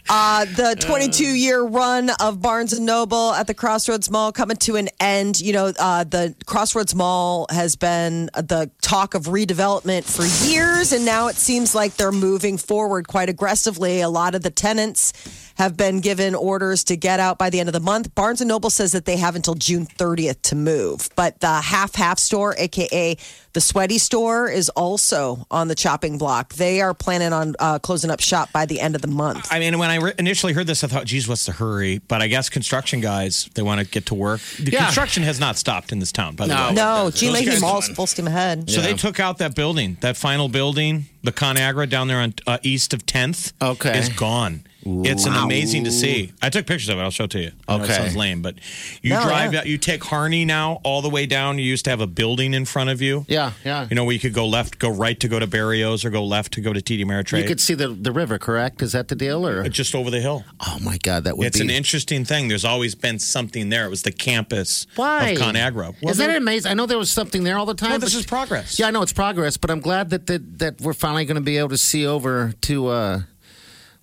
Speaker 5: Uh, the 22 year run of Barnes and Noble at the Crossroads Mall coming to an end. You know, uh, the Crossroads Mall has been the talk of redevelopment for years, and now it seems like they're moving forward quite aggressively. A lot of the tenants have been given orders to get out by the end of the month. Barnes and Noble says that they have until June 30th to move, but the half half store, aka the sweaty store, is also on the chopping block. They are planning on uh, closing up shop by the end of the month.
Speaker 4: I mean, when I re- initially heard this, I thought, geez, what's the hurry? But I guess construction guys, they want to get to work. The
Speaker 3: Yeah.
Speaker 4: construction has not stopped in this town, by the
Speaker 3: No.
Speaker 4: way.
Speaker 5: No,
Speaker 3: Oh, Those
Speaker 5: G Lady
Speaker 3: guys-
Speaker 5: Mall's full steam ahead.
Speaker 4: So they took out that building, that final building, the Conagra down there on uh, east of 10th.
Speaker 3: Okay.
Speaker 4: It's gone. It's an amazing to see. I took pictures of it. I'll show it to you. I know it
Speaker 3: Okay.
Speaker 4: sounds lame, but you
Speaker 5: No,
Speaker 4: drive
Speaker 5: yeah.
Speaker 4: out, you take Harney now all the way down. You used to have a building in front of you.
Speaker 3: Yeah, yeah.
Speaker 4: You know, where you could go left, go right to go to Barrios or go left to go to TD Ameritrade.
Speaker 3: you could see the the river, correct? Is that the deal, or
Speaker 4: just over the hill.
Speaker 3: oh my god, that would
Speaker 4: It's
Speaker 3: be
Speaker 4: an interesting thing. There's always been something there. It was the campus
Speaker 3: why
Speaker 4: of ConAgra. Well,
Speaker 3: Isn't that
Speaker 4: there-
Speaker 3: amazing? I know there was something there all the time.
Speaker 4: well, this
Speaker 3: but-
Speaker 4: is progress.
Speaker 3: Yeah, I know it's progress, but I'm glad that that, that we're finally going to be able to see over to. uh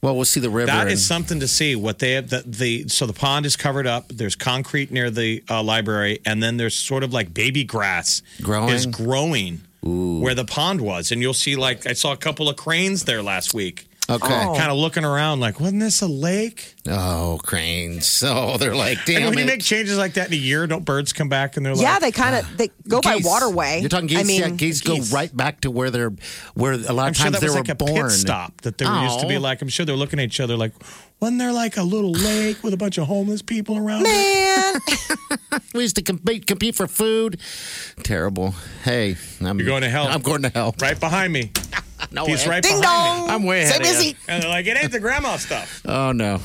Speaker 3: Well, we'll see the river.
Speaker 4: That is
Speaker 3: and-
Speaker 4: something to see. What they have, the, the so the pond is covered up. There's concrete near the uh, library, and then there's sort of like baby grass
Speaker 3: Growing?
Speaker 4: is growing where the pond was, and you'll see like I saw a couple of cranes there last week,
Speaker 3: okay. Oh.
Speaker 4: kind of looking around like wasn't this a lake?
Speaker 3: cranes! Oh, they're like damn
Speaker 4: and when
Speaker 3: it.
Speaker 4: you make changes like that in a year, don't birds come back and they're like,
Speaker 5: Yeah, they kind of they go by
Speaker 3: Ah. Geese.
Speaker 5: waterway.
Speaker 3: You're talking geese.
Speaker 5: I mean,
Speaker 3: yeah, geese,
Speaker 4: geese.
Speaker 3: go right back to where they're where a lot
Speaker 4: I'm
Speaker 3: of
Speaker 4: sure
Speaker 3: times
Speaker 4: that
Speaker 3: they
Speaker 4: was
Speaker 3: were
Speaker 4: like a
Speaker 3: born.
Speaker 4: pit stop that they were used to be
Speaker 3: Oh.
Speaker 4: like. I'm sure they're looking at each other like, wasn't there like a little lake with a bunch of homeless people around? it?"
Speaker 5: man,
Speaker 3: We used to compete compete for food. Terrible. Hey, I'm,
Speaker 4: You're going to hell.
Speaker 3: I'm going to hell.
Speaker 4: Right behind me.
Speaker 3: No
Speaker 4: He's
Speaker 3: way.
Speaker 4: right
Speaker 5: ding
Speaker 4: behind me.
Speaker 5: dong.
Speaker 3: I'm way
Speaker 5: Stay
Speaker 3: ahead. of
Speaker 5: busy.
Speaker 3: you.
Speaker 4: And they're like, it ain't the grandma stuff.
Speaker 3: Oh no.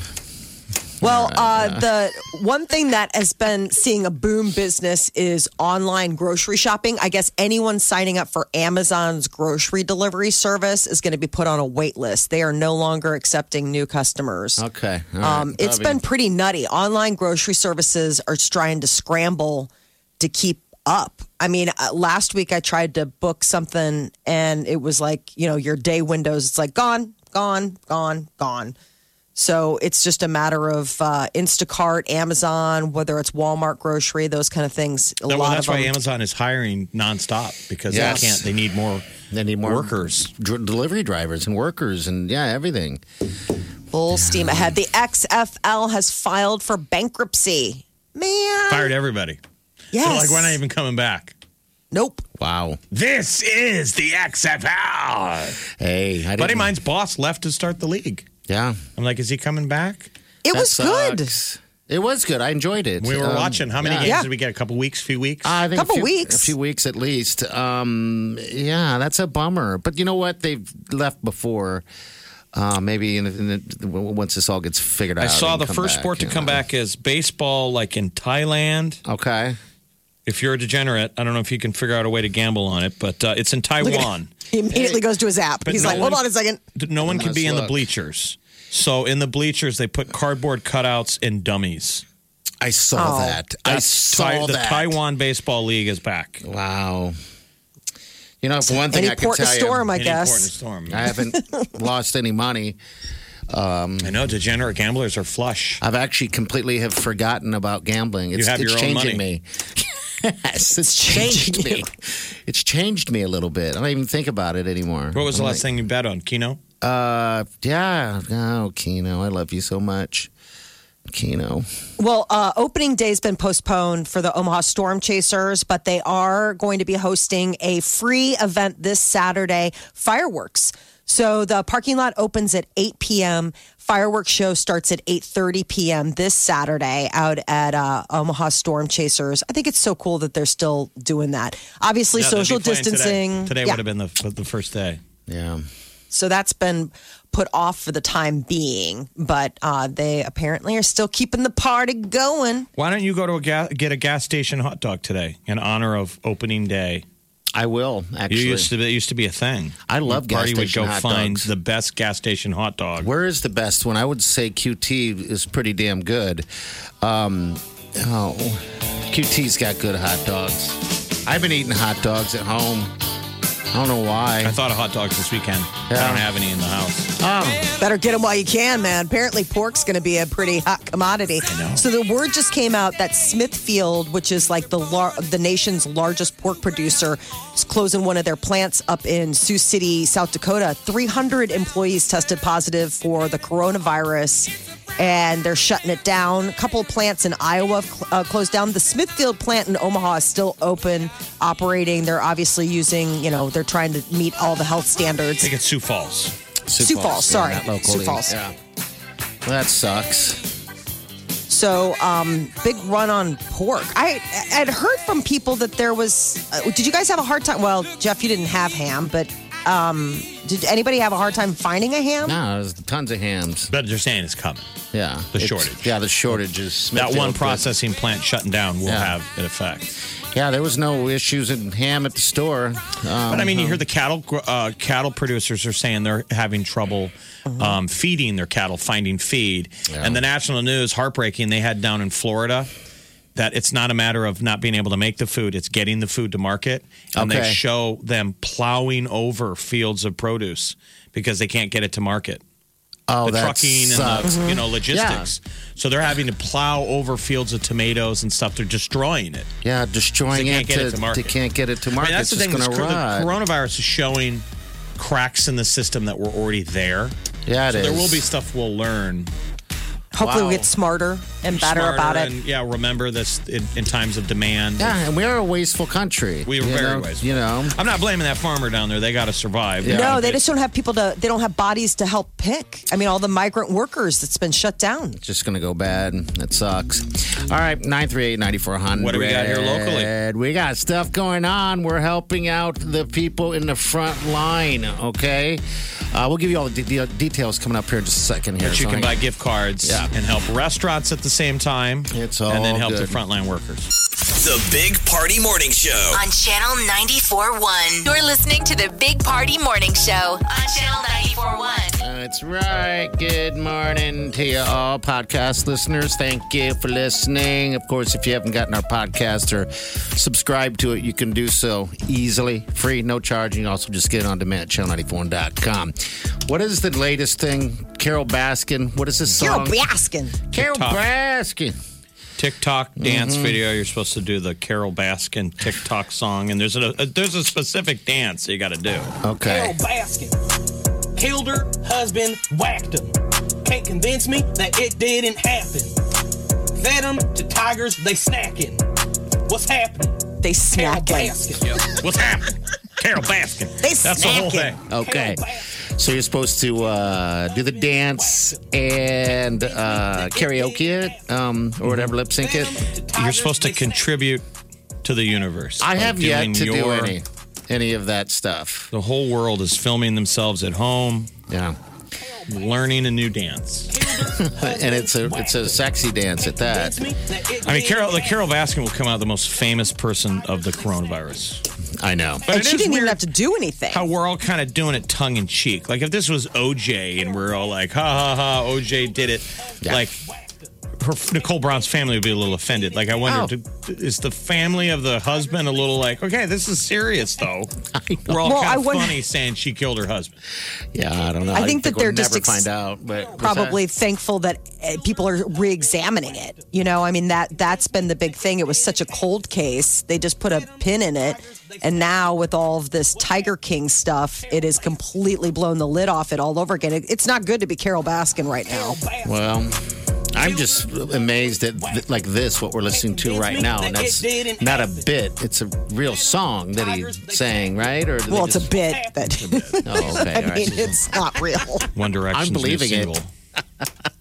Speaker 5: Well, uh, the one thing that has been seeing a boom business is online grocery shopping. I guess anyone signing up for Amazon's grocery delivery service is going to be put on a wait list. They are no longer accepting new customers.
Speaker 3: Okay. all right.
Speaker 5: Um, it's been pretty nutty. Online grocery services are trying to scramble to keep up. I mean, uh, last week I tried to book something and it was like, you know, your day windows, it's like gone, gone, gone, gone. So it's just a matter of uh, Instacart, Amazon, whether it's Walmart grocery, those kind of things. A
Speaker 4: well,
Speaker 5: lot
Speaker 4: that's
Speaker 5: of
Speaker 4: why
Speaker 5: them.
Speaker 4: Amazon is hiring nonstop because
Speaker 3: Yes.
Speaker 4: they can't. They need more.
Speaker 3: They need more
Speaker 4: workers.
Speaker 3: dr- delivery drivers, and workers, and yeah, everything.
Speaker 5: Full steam ahead. The XFL has filed for bankruptcy. Man.
Speaker 4: Fired everybody. They're
Speaker 5: Yes.
Speaker 4: like, we're not even coming back.
Speaker 5: nope.
Speaker 3: Wow.
Speaker 4: This is the XFL.
Speaker 3: Hey, I
Speaker 4: Buddy
Speaker 3: didn't-
Speaker 4: of mine's boss left to start the league.
Speaker 3: Yeah,
Speaker 4: I'm like, is he coming back?
Speaker 5: It
Speaker 3: that
Speaker 5: was good.
Speaker 3: sucks. It was good. I enjoyed it.
Speaker 4: We were
Speaker 3: Um,
Speaker 4: watching. How many
Speaker 3: yeah.
Speaker 4: games
Speaker 5: Yeah.
Speaker 4: did we get? A couple weeks, few weeks?
Speaker 3: I think
Speaker 5: Couple
Speaker 3: a few,
Speaker 5: weeks.
Speaker 3: a few weeks at least. Um, yeah, that's a bummer. But you know what? They've left before. Uh, maybe in, in the, once this all gets figured out.
Speaker 4: I saw
Speaker 3: and
Speaker 4: the
Speaker 3: uh, come
Speaker 4: first
Speaker 3: back,
Speaker 4: sport to
Speaker 3: you
Speaker 4: come
Speaker 3: know.
Speaker 4: back is baseball, like in Thailand.
Speaker 3: Okay.
Speaker 4: If you're a degenerate, I don't know if you can figure out a way to gamble on it, but uh, it's in Taiwan.
Speaker 5: He immediately goes to his app.
Speaker 4: But
Speaker 5: He's
Speaker 4: no
Speaker 5: like, hold
Speaker 4: one-
Speaker 5: on a second.
Speaker 4: No one can be
Speaker 3: Nice
Speaker 4: in the
Speaker 3: look.
Speaker 4: bleachers. So in the bleachers, they put cardboard cutouts and dummies.
Speaker 3: I saw
Speaker 5: Oh.
Speaker 3: that. I saw
Speaker 4: Ti- the
Speaker 3: that.
Speaker 4: Taiwan Baseball League is back.
Speaker 3: Wow. You know, if one thing
Speaker 5: Any
Speaker 3: I can
Speaker 5: port in a
Speaker 3: tell
Speaker 5: storm,
Speaker 3: you,
Speaker 5: I
Speaker 4: An important
Speaker 5: guess.
Speaker 4: storm.
Speaker 3: I
Speaker 4: I,
Speaker 3: haven't lost any money.
Speaker 4: know degenerate gamblers are flush.
Speaker 3: I've actually completely have forgotten about gambling. It's,
Speaker 4: have
Speaker 3: it's
Speaker 4: your own
Speaker 3: changing
Speaker 4: money.
Speaker 3: me. yes, it's changed me. It's changed me a little bit. I don't even think about it anymore.
Speaker 4: What was the last thing you bet on? Keno?
Speaker 3: Uh, yeah. Oh, Keno, I love you so much, Keno.
Speaker 5: Well, uh, opening day's been postponed for the Omaha Storm Chasers, but they are going to be hosting a free event this Saturday, fireworks. So the parking lot opens at 8 p.m. Fireworks show starts at 8:30 p.m. this Saturday out at uh, Omaha Storm Chasers. I think it's so cool that they're still doing that. Obviously,
Speaker 4: No, they'd be
Speaker 5: social
Speaker 4: playing today.
Speaker 5: distancing.
Speaker 4: Today,
Speaker 5: Yeah.
Speaker 4: would have been the, the first day.
Speaker 3: Yeah.
Speaker 5: So that's been put off for the time being, but uh, they apparently are still keeping the party going.
Speaker 4: Why don't you go to a ga- get a gas station hot dog today in honor of opening day?
Speaker 3: I will
Speaker 4: You
Speaker 3: actually.
Speaker 4: used to be, it used to be a thing.
Speaker 3: I love
Speaker 4: Your
Speaker 3: gas
Speaker 4: party would
Speaker 3: station
Speaker 4: go
Speaker 3: hot
Speaker 4: find
Speaker 3: dogs.
Speaker 4: the best gas station hot dog.
Speaker 3: Where is the best one? I would say QT is pretty damn good. Um, oh, QT's got good hot dogs. I've been eating hot dogs at home. I don't know why.
Speaker 4: I thought of hot dogs this weekend. I
Speaker 3: Yeah.
Speaker 4: don't have any in the house.
Speaker 5: Better get them while you can, man. Apparently, pork's going to be a pretty hot commodity. So the word just came out that Smithfield, which is like the lar- the nation's largest pork producer, is closing one of their plants up in Sioux City, South Dakota. 300 employees tested positive for the coronavirus, and they're shutting it down. A couple of plants in Iowa have cl- uh, closed down. The Smithfield plant in Omaha is still open, operating. They're obviously using, you know, they're trying to meet all the health standards.
Speaker 4: I think it's Sioux Falls.
Speaker 5: Sioux Falls, sorry.
Speaker 3: yeah, not locally.
Speaker 5: Sioux Falls.
Speaker 3: Yeah. That sucks.
Speaker 5: So, um, big run on pork. I had heard from people that there was. Uh, did you guys have a hard time? Well, Jeff, you didn't have ham, but um, did anybody have a hard time finding a ham?
Speaker 3: No, there's tons of hams.
Speaker 4: But they're saying it's coming.
Speaker 3: Yeah.
Speaker 4: The
Speaker 3: It's-
Speaker 4: shortage.
Speaker 3: Yeah, the shortage is.
Speaker 4: That one
Speaker 3: Smithfield.
Speaker 4: processing plant shutting down will
Speaker 3: Yeah.
Speaker 4: have an effect.
Speaker 3: Yeah, there was no issues in ham at the store. Um,
Speaker 4: But I mean, you hear the cattle gr- uh, cattle producers are saying they're having trouble
Speaker 3: Uh-huh.
Speaker 4: um, feeding their cattle, finding feed. And the national news, heartbreaking, they had down in Florida that it's not a matter of not being able to make the food; it's getting the food to market. And they
Speaker 3: Okay.
Speaker 4: show them plowing over fields of produce because they can't get it to market.
Speaker 3: oh,
Speaker 4: The
Speaker 3: that
Speaker 4: trucking
Speaker 3: sucks. Mm-hmm.
Speaker 4: and the, you know logistics. So they're having to plow over fields of tomatoes and stuff. They're destroying it.
Speaker 3: Yeah, destroying
Speaker 4: They can't
Speaker 3: it,
Speaker 4: get
Speaker 3: to,
Speaker 4: it to market.
Speaker 3: They can't get it to
Speaker 4: I
Speaker 3: market.
Speaker 4: mean, that's the
Speaker 3: It's
Speaker 4: thing.
Speaker 3: just
Speaker 4: this
Speaker 3: gonna
Speaker 4: cor- the
Speaker 3: rot.
Speaker 4: coronavirus is showing cracks in the system that were already there.
Speaker 3: yeah, it
Speaker 4: so there
Speaker 3: is.
Speaker 4: will be stuff we'll learn.
Speaker 5: Hopefully,
Speaker 3: Wow.
Speaker 5: we get smarter and better
Speaker 4: smarter
Speaker 5: about it.
Speaker 4: And, yeah, remember this in, in times of demand.
Speaker 3: Yeah, and we are a wasteful country.
Speaker 4: We were
Speaker 3: you
Speaker 4: very
Speaker 3: know,
Speaker 4: wasteful.
Speaker 3: You know,
Speaker 4: I'm not blaming that farmer down there. They got to survive.
Speaker 3: Yeah.
Speaker 5: No, they just don't have people to. They don't have bodies to help pick. I mean, all the migrant workers that's been shut down.
Speaker 3: just gonna go bad. That sucks. All right, nine three eight ninety four hundred.
Speaker 4: What do we got here locally?
Speaker 3: We got stuff going on. We're helping out the people in the front line. Okay, uh, we'll give you all the de- de- details coming up here in just a second. Here,
Speaker 4: But you
Speaker 3: So
Speaker 4: can
Speaker 3: hang
Speaker 4: buy gift cards
Speaker 3: Yeah.
Speaker 4: and help restaurants at the same time.
Speaker 3: It's
Speaker 4: and then
Speaker 3: all
Speaker 4: help
Speaker 3: good.
Speaker 4: the frontline workers.
Speaker 6: The Big Party Morning Show.
Speaker 2: On Channel 94.1. You're listening to the Big Party Morning Show. On Channel 94.1.
Speaker 3: That's right. Good morning to you all, podcast listeners. Thank you for listening. Of course, if you haven't gotten our podcast or subscribed to it, you can do so easily, free, no charge. You can also just get it on demand at channel94.com. What is the latest thing? Carol Baskin. What is this
Speaker 5: Carol
Speaker 3: song?
Speaker 5: Baskin.
Speaker 3: Carol
Speaker 4: TikTok.
Speaker 3: Baskin. Mm-hmm.
Speaker 4: TikTok dance video. You're supposed to do the Carol Baskin TikTok song, and there's a, a there's a specific dance that you got to do.
Speaker 3: Okay.
Speaker 10: Baskin. Killed her husband, whacked him. Can't convince me that it didn't happen. Fed him to tigers, they snacking. What's happening?
Speaker 5: They
Speaker 10: Carol
Speaker 5: snacking.
Speaker 10: Baskin.
Speaker 4: What's happening? Carol Baskin.
Speaker 5: They
Speaker 4: That's the whole
Speaker 5: snacking.
Speaker 4: thing.
Speaker 3: Okay. So you're supposed to uh, do the dance and uh, karaoke it um, or whatever, lip sync it.
Speaker 4: You're supposed to contribute to the universe.
Speaker 3: I
Speaker 4: by
Speaker 3: have yet
Speaker 4: doing
Speaker 3: to do
Speaker 4: your-
Speaker 3: any any of that stuff.
Speaker 4: The whole world is filming themselves at home,
Speaker 3: Yeah.
Speaker 4: learning a new dance.
Speaker 3: And it's a it's a sexy dance at that.
Speaker 4: I mean, Carol, the Carol Baskin will come out the most famous person of the coronavirus.
Speaker 3: I know.
Speaker 4: But
Speaker 5: And
Speaker 4: it
Speaker 5: she
Speaker 4: is
Speaker 5: didn't even
Speaker 4: weird
Speaker 5: have to do anything.
Speaker 4: how we're all kind of doing it tongue in cheek. Like if this was OJ and we're all like, ha ha ha, OJ did it.
Speaker 3: Yeah.
Speaker 4: Like her Nicole Brown's family would be a little offended. Like I
Speaker 3: Oh.
Speaker 4: wonder, do- is the family of the husband a little like, okay, this is serious though? We're all
Speaker 5: Well,
Speaker 4: kind
Speaker 5: I
Speaker 4: of
Speaker 5: wonder-
Speaker 4: funny saying she killed her husband.
Speaker 3: Yeah, I don't know.
Speaker 5: I think that
Speaker 3: we'll
Speaker 5: they're just
Speaker 3: never
Speaker 5: ex-
Speaker 3: find out, but
Speaker 5: probably thankful that uh, people are re-examining it. You know, I mean that that's been the big thing. It was such a cold case; they just put a pin in it, and now with all of this Tiger King stuff, it has completely blown the lid off it all over again. It, it's not good to be Carol Baskin right now.
Speaker 3: Well, I'm just amazed at th- like this what we're listening to right now, and that's not a bit. It's a real song that he sang, right? Or did they
Speaker 5: Well, it's a
Speaker 3: just-
Speaker 5: bit, but
Speaker 3: Oh, okay.
Speaker 5: I
Speaker 3: all right.
Speaker 5: mean, it's not real.
Speaker 4: One Direction's new
Speaker 3: believing it.
Speaker 4: single.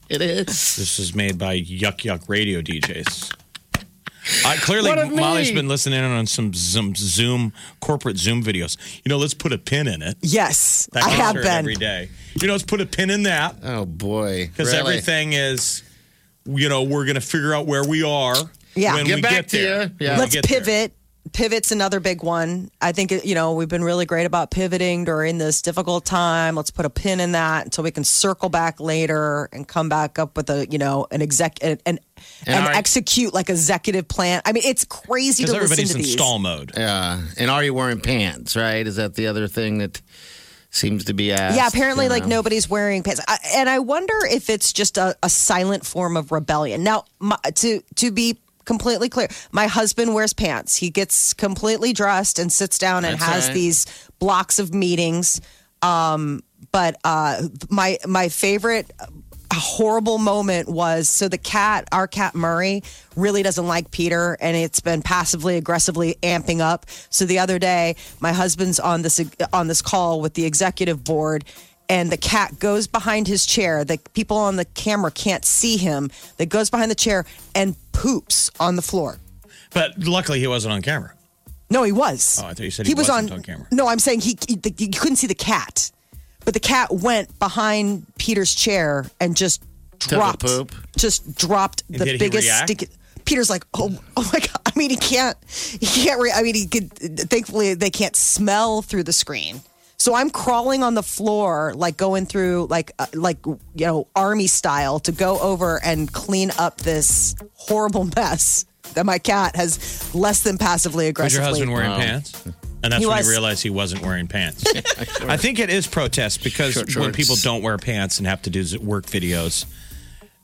Speaker 3: It is.
Speaker 4: This is made by Yuck Yuck Radio DJs. I clearly
Speaker 3: What of me?
Speaker 4: Molly's been listening in on some Zoom, Zoom corporate Zoom videos. You know, let's put a pin in it.
Speaker 5: Yes,
Speaker 4: That
Speaker 5: I have
Speaker 4: concert every
Speaker 5: been.
Speaker 4: day. You know, let's put a pin in that
Speaker 3: Oh boy.
Speaker 4: because
Speaker 3: Really?
Speaker 4: everything is. You know, we're going to figure out where we are
Speaker 5: Yeah.
Speaker 4: when
Speaker 3: Get
Speaker 4: we
Speaker 3: back
Speaker 4: get
Speaker 3: to
Speaker 4: there.
Speaker 3: you. Yeah.
Speaker 4: When we
Speaker 5: Let's
Speaker 4: get there.
Speaker 5: pivot. Pivot's another big one. I think, you know, we've been really great about pivoting during this difficult time. Let's put a pin in that until we can circle back later and come back up with a, you know, an exec and, and,
Speaker 3: And
Speaker 5: and
Speaker 3: our-
Speaker 5: execute like a executive plan. I mean, it's crazy to
Speaker 3: Because
Speaker 5: listen
Speaker 3: everybody's
Speaker 5: to
Speaker 3: in
Speaker 5: these.
Speaker 3: stall
Speaker 4: mode.
Speaker 3: Yeah. And are you wearing pants, right? Is that the other thing that seems to be asked?
Speaker 5: Yeah, apparently,
Speaker 3: you
Speaker 5: like
Speaker 3: know?
Speaker 5: nobody's wearing pants, I, and I wonder if it's just a, a silent form of rebellion. Now, my, to to be completely clear, my husband wears pants. He gets completely dressed and sits down and
Speaker 11: That's
Speaker 5: has
Speaker 11: all right.
Speaker 5: these blocks of meetings. Um, but uh, my my favorite. horrible moment was so the cat, our cat Murray, really doesn't like Peter, and it's been passively aggressively amping up. So the other day, my husband's on this on this call with the executive board, and the cat goes behind his chair. The people on the camera can't see him. That goes behind the chair and poops on the floor.
Speaker 4: But luckily, he wasn't on camera.
Speaker 5: No, he was.
Speaker 4: Oh, I thought you said he wasn't on camera.
Speaker 5: No, I'm saying he, he, the, you couldn't see the cat, but the cat went behind Peter's chair and just
Speaker 3: Took a
Speaker 5: dropped,
Speaker 3: poop?
Speaker 5: just dropped
Speaker 3: And
Speaker 5: the
Speaker 3: did he
Speaker 5: biggest.
Speaker 3: react?
Speaker 5: Stick- Peter's like, oh, oh my god! I mean, he can't, he can't. Re- I mean, he could. Thankfully, they can't smell through the screen. So I'm crawling on the floor, like going through, like, uh, like you know, army style, to go over and clean up this horrible mess that my cat has less than passively
Speaker 4: Was
Speaker 5: aggressively.
Speaker 4: your husband wearing
Speaker 3: Oh.
Speaker 4: pants? And that's
Speaker 5: He
Speaker 4: when
Speaker 5: was.
Speaker 4: he realized he wasn't wearing pants. I think it is protest because
Speaker 3: Short
Speaker 4: when
Speaker 3: shorts.
Speaker 4: people don't wear pants and have to do z- work videos,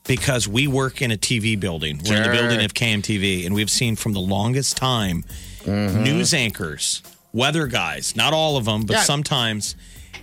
Speaker 4: because we work in a TV building, we're in the
Speaker 3: Sure.
Speaker 4: building of KMTV, and we've seen from the longest time news anchors, weather guys, not all of them, but
Speaker 3: Mm-hmm. Yeah.
Speaker 4: sometimes.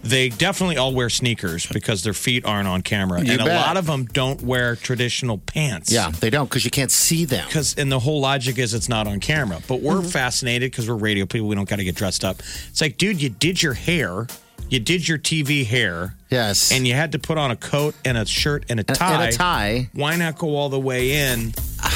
Speaker 4: They definitely all wear sneakers because their feet aren't on camera,
Speaker 3: You
Speaker 4: and a
Speaker 3: bet.
Speaker 4: lot of them don't wear traditional pants.
Speaker 3: Yeah, they don't because you can't see them.
Speaker 4: Because and the whole logic is it's not on camera, but we're
Speaker 3: Mm-hmm.
Speaker 4: fascinated because we're radio people. We don't got to get dressed up. It's like, dude, you did your hair, you did your TV hair,
Speaker 3: yes,
Speaker 4: and you had to put on a coat and a shirt and a
Speaker 3: and a
Speaker 4: tie.
Speaker 3: tie.
Speaker 4: Why not go all the way in?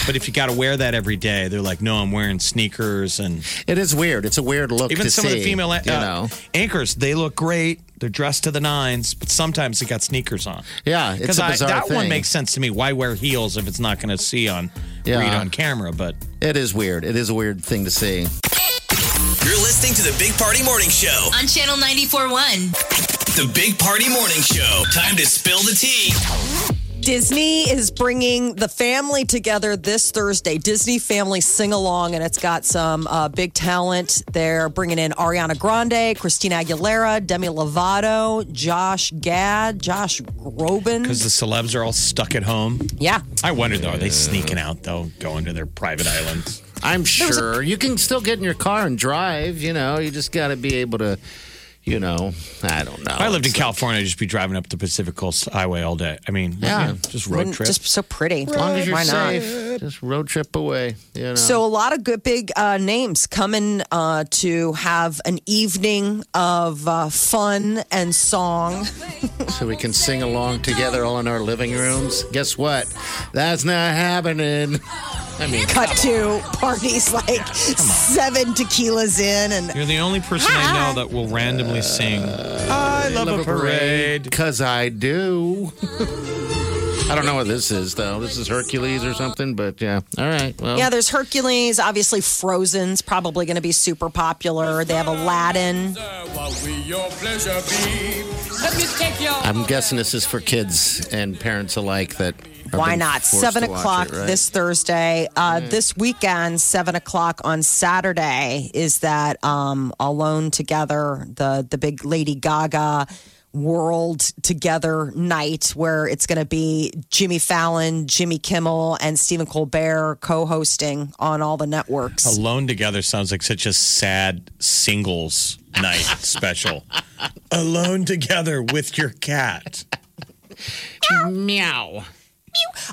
Speaker 4: But if you got to wear that every day, they're like, no, I'm wearing sneakers and
Speaker 3: It is weird. It's a weird look.
Speaker 4: even
Speaker 3: to
Speaker 4: some of the
Speaker 3: see,
Speaker 4: female uh,
Speaker 3: you know.
Speaker 4: anchors, they look great. They're dressed to the nines, but sometimes they got sneakers on.
Speaker 3: Yeah, it's
Speaker 4: because
Speaker 3: a bizarre
Speaker 4: that one
Speaker 3: thing.
Speaker 4: makes sense to me. Why wear heels if it's not going to see on
Speaker 3: Yeah.
Speaker 4: read on camera? But
Speaker 3: It is weird. It is a weird thing to see.
Speaker 6: You're listening to the Big Party Morning Show.
Speaker 2: On Channel 94.1.
Speaker 6: The Big Party Morning Show. Time to spill the tea.
Speaker 5: Disney is bringing the family together this Thursday. Disney Family Sing Along, and it's got some uh, big talent. They're bringing in Ariana Grande, Christina Aguilera, Demi Lovato, Josh Gad, Josh Groban.
Speaker 4: Because the celebs are all stuck at home.
Speaker 5: Yeah.
Speaker 4: I wonder though, are they sneaking out though, going to their private islands?
Speaker 3: I'm sure you can still get in your car and drive. You know, you just got to be able to. You know, I don't know.
Speaker 4: if I lived in California, I'd just be driving up the Pacific Coast Highway all day. I mean,
Speaker 3: Yeah.
Speaker 4: yeah, just road
Speaker 5: Wouldn't-
Speaker 4: trip.
Speaker 5: Just so pretty.
Speaker 3: As long as you're
Speaker 5: Why not?
Speaker 3: safe, just road trip away. You know.
Speaker 5: So a lot of good big uh, names coming uh, to have an evening of uh, fun and song.
Speaker 3: so we can sing along together all in our living rooms. Guess what? That's not happening. I mean,
Speaker 5: Cut to parties like seven tequilas in, and
Speaker 4: You're the only person I know that will randomly sing. I love, a parade.
Speaker 3: because I do. I don't know what this is though. This is Hercules or something, but yeah. All right. Well,
Speaker 5: yeah, there's Hercules. Obviously, Frozen's probably going to be super popular. They have Aladdin.
Speaker 3: I'm guessing this is for kids and parents alike. That are
Speaker 5: Why
Speaker 3: being
Speaker 5: not?
Speaker 3: forced
Speaker 5: Seven
Speaker 3: to watch
Speaker 5: o'clock
Speaker 3: it, right? Hmm.
Speaker 5: this Thursday. Uh, This weekend, seven o'clock on Saturday is that um, Alone Together, the the big Lady Gaga World Together night, where it's going to be Jimmy Fallon, Jimmy Kimmel, and Stephen Colbert co-hosting on all the networks.
Speaker 4: Alone together sounds like such a sad singles night special. Alone together with your cat.
Speaker 3: Meow.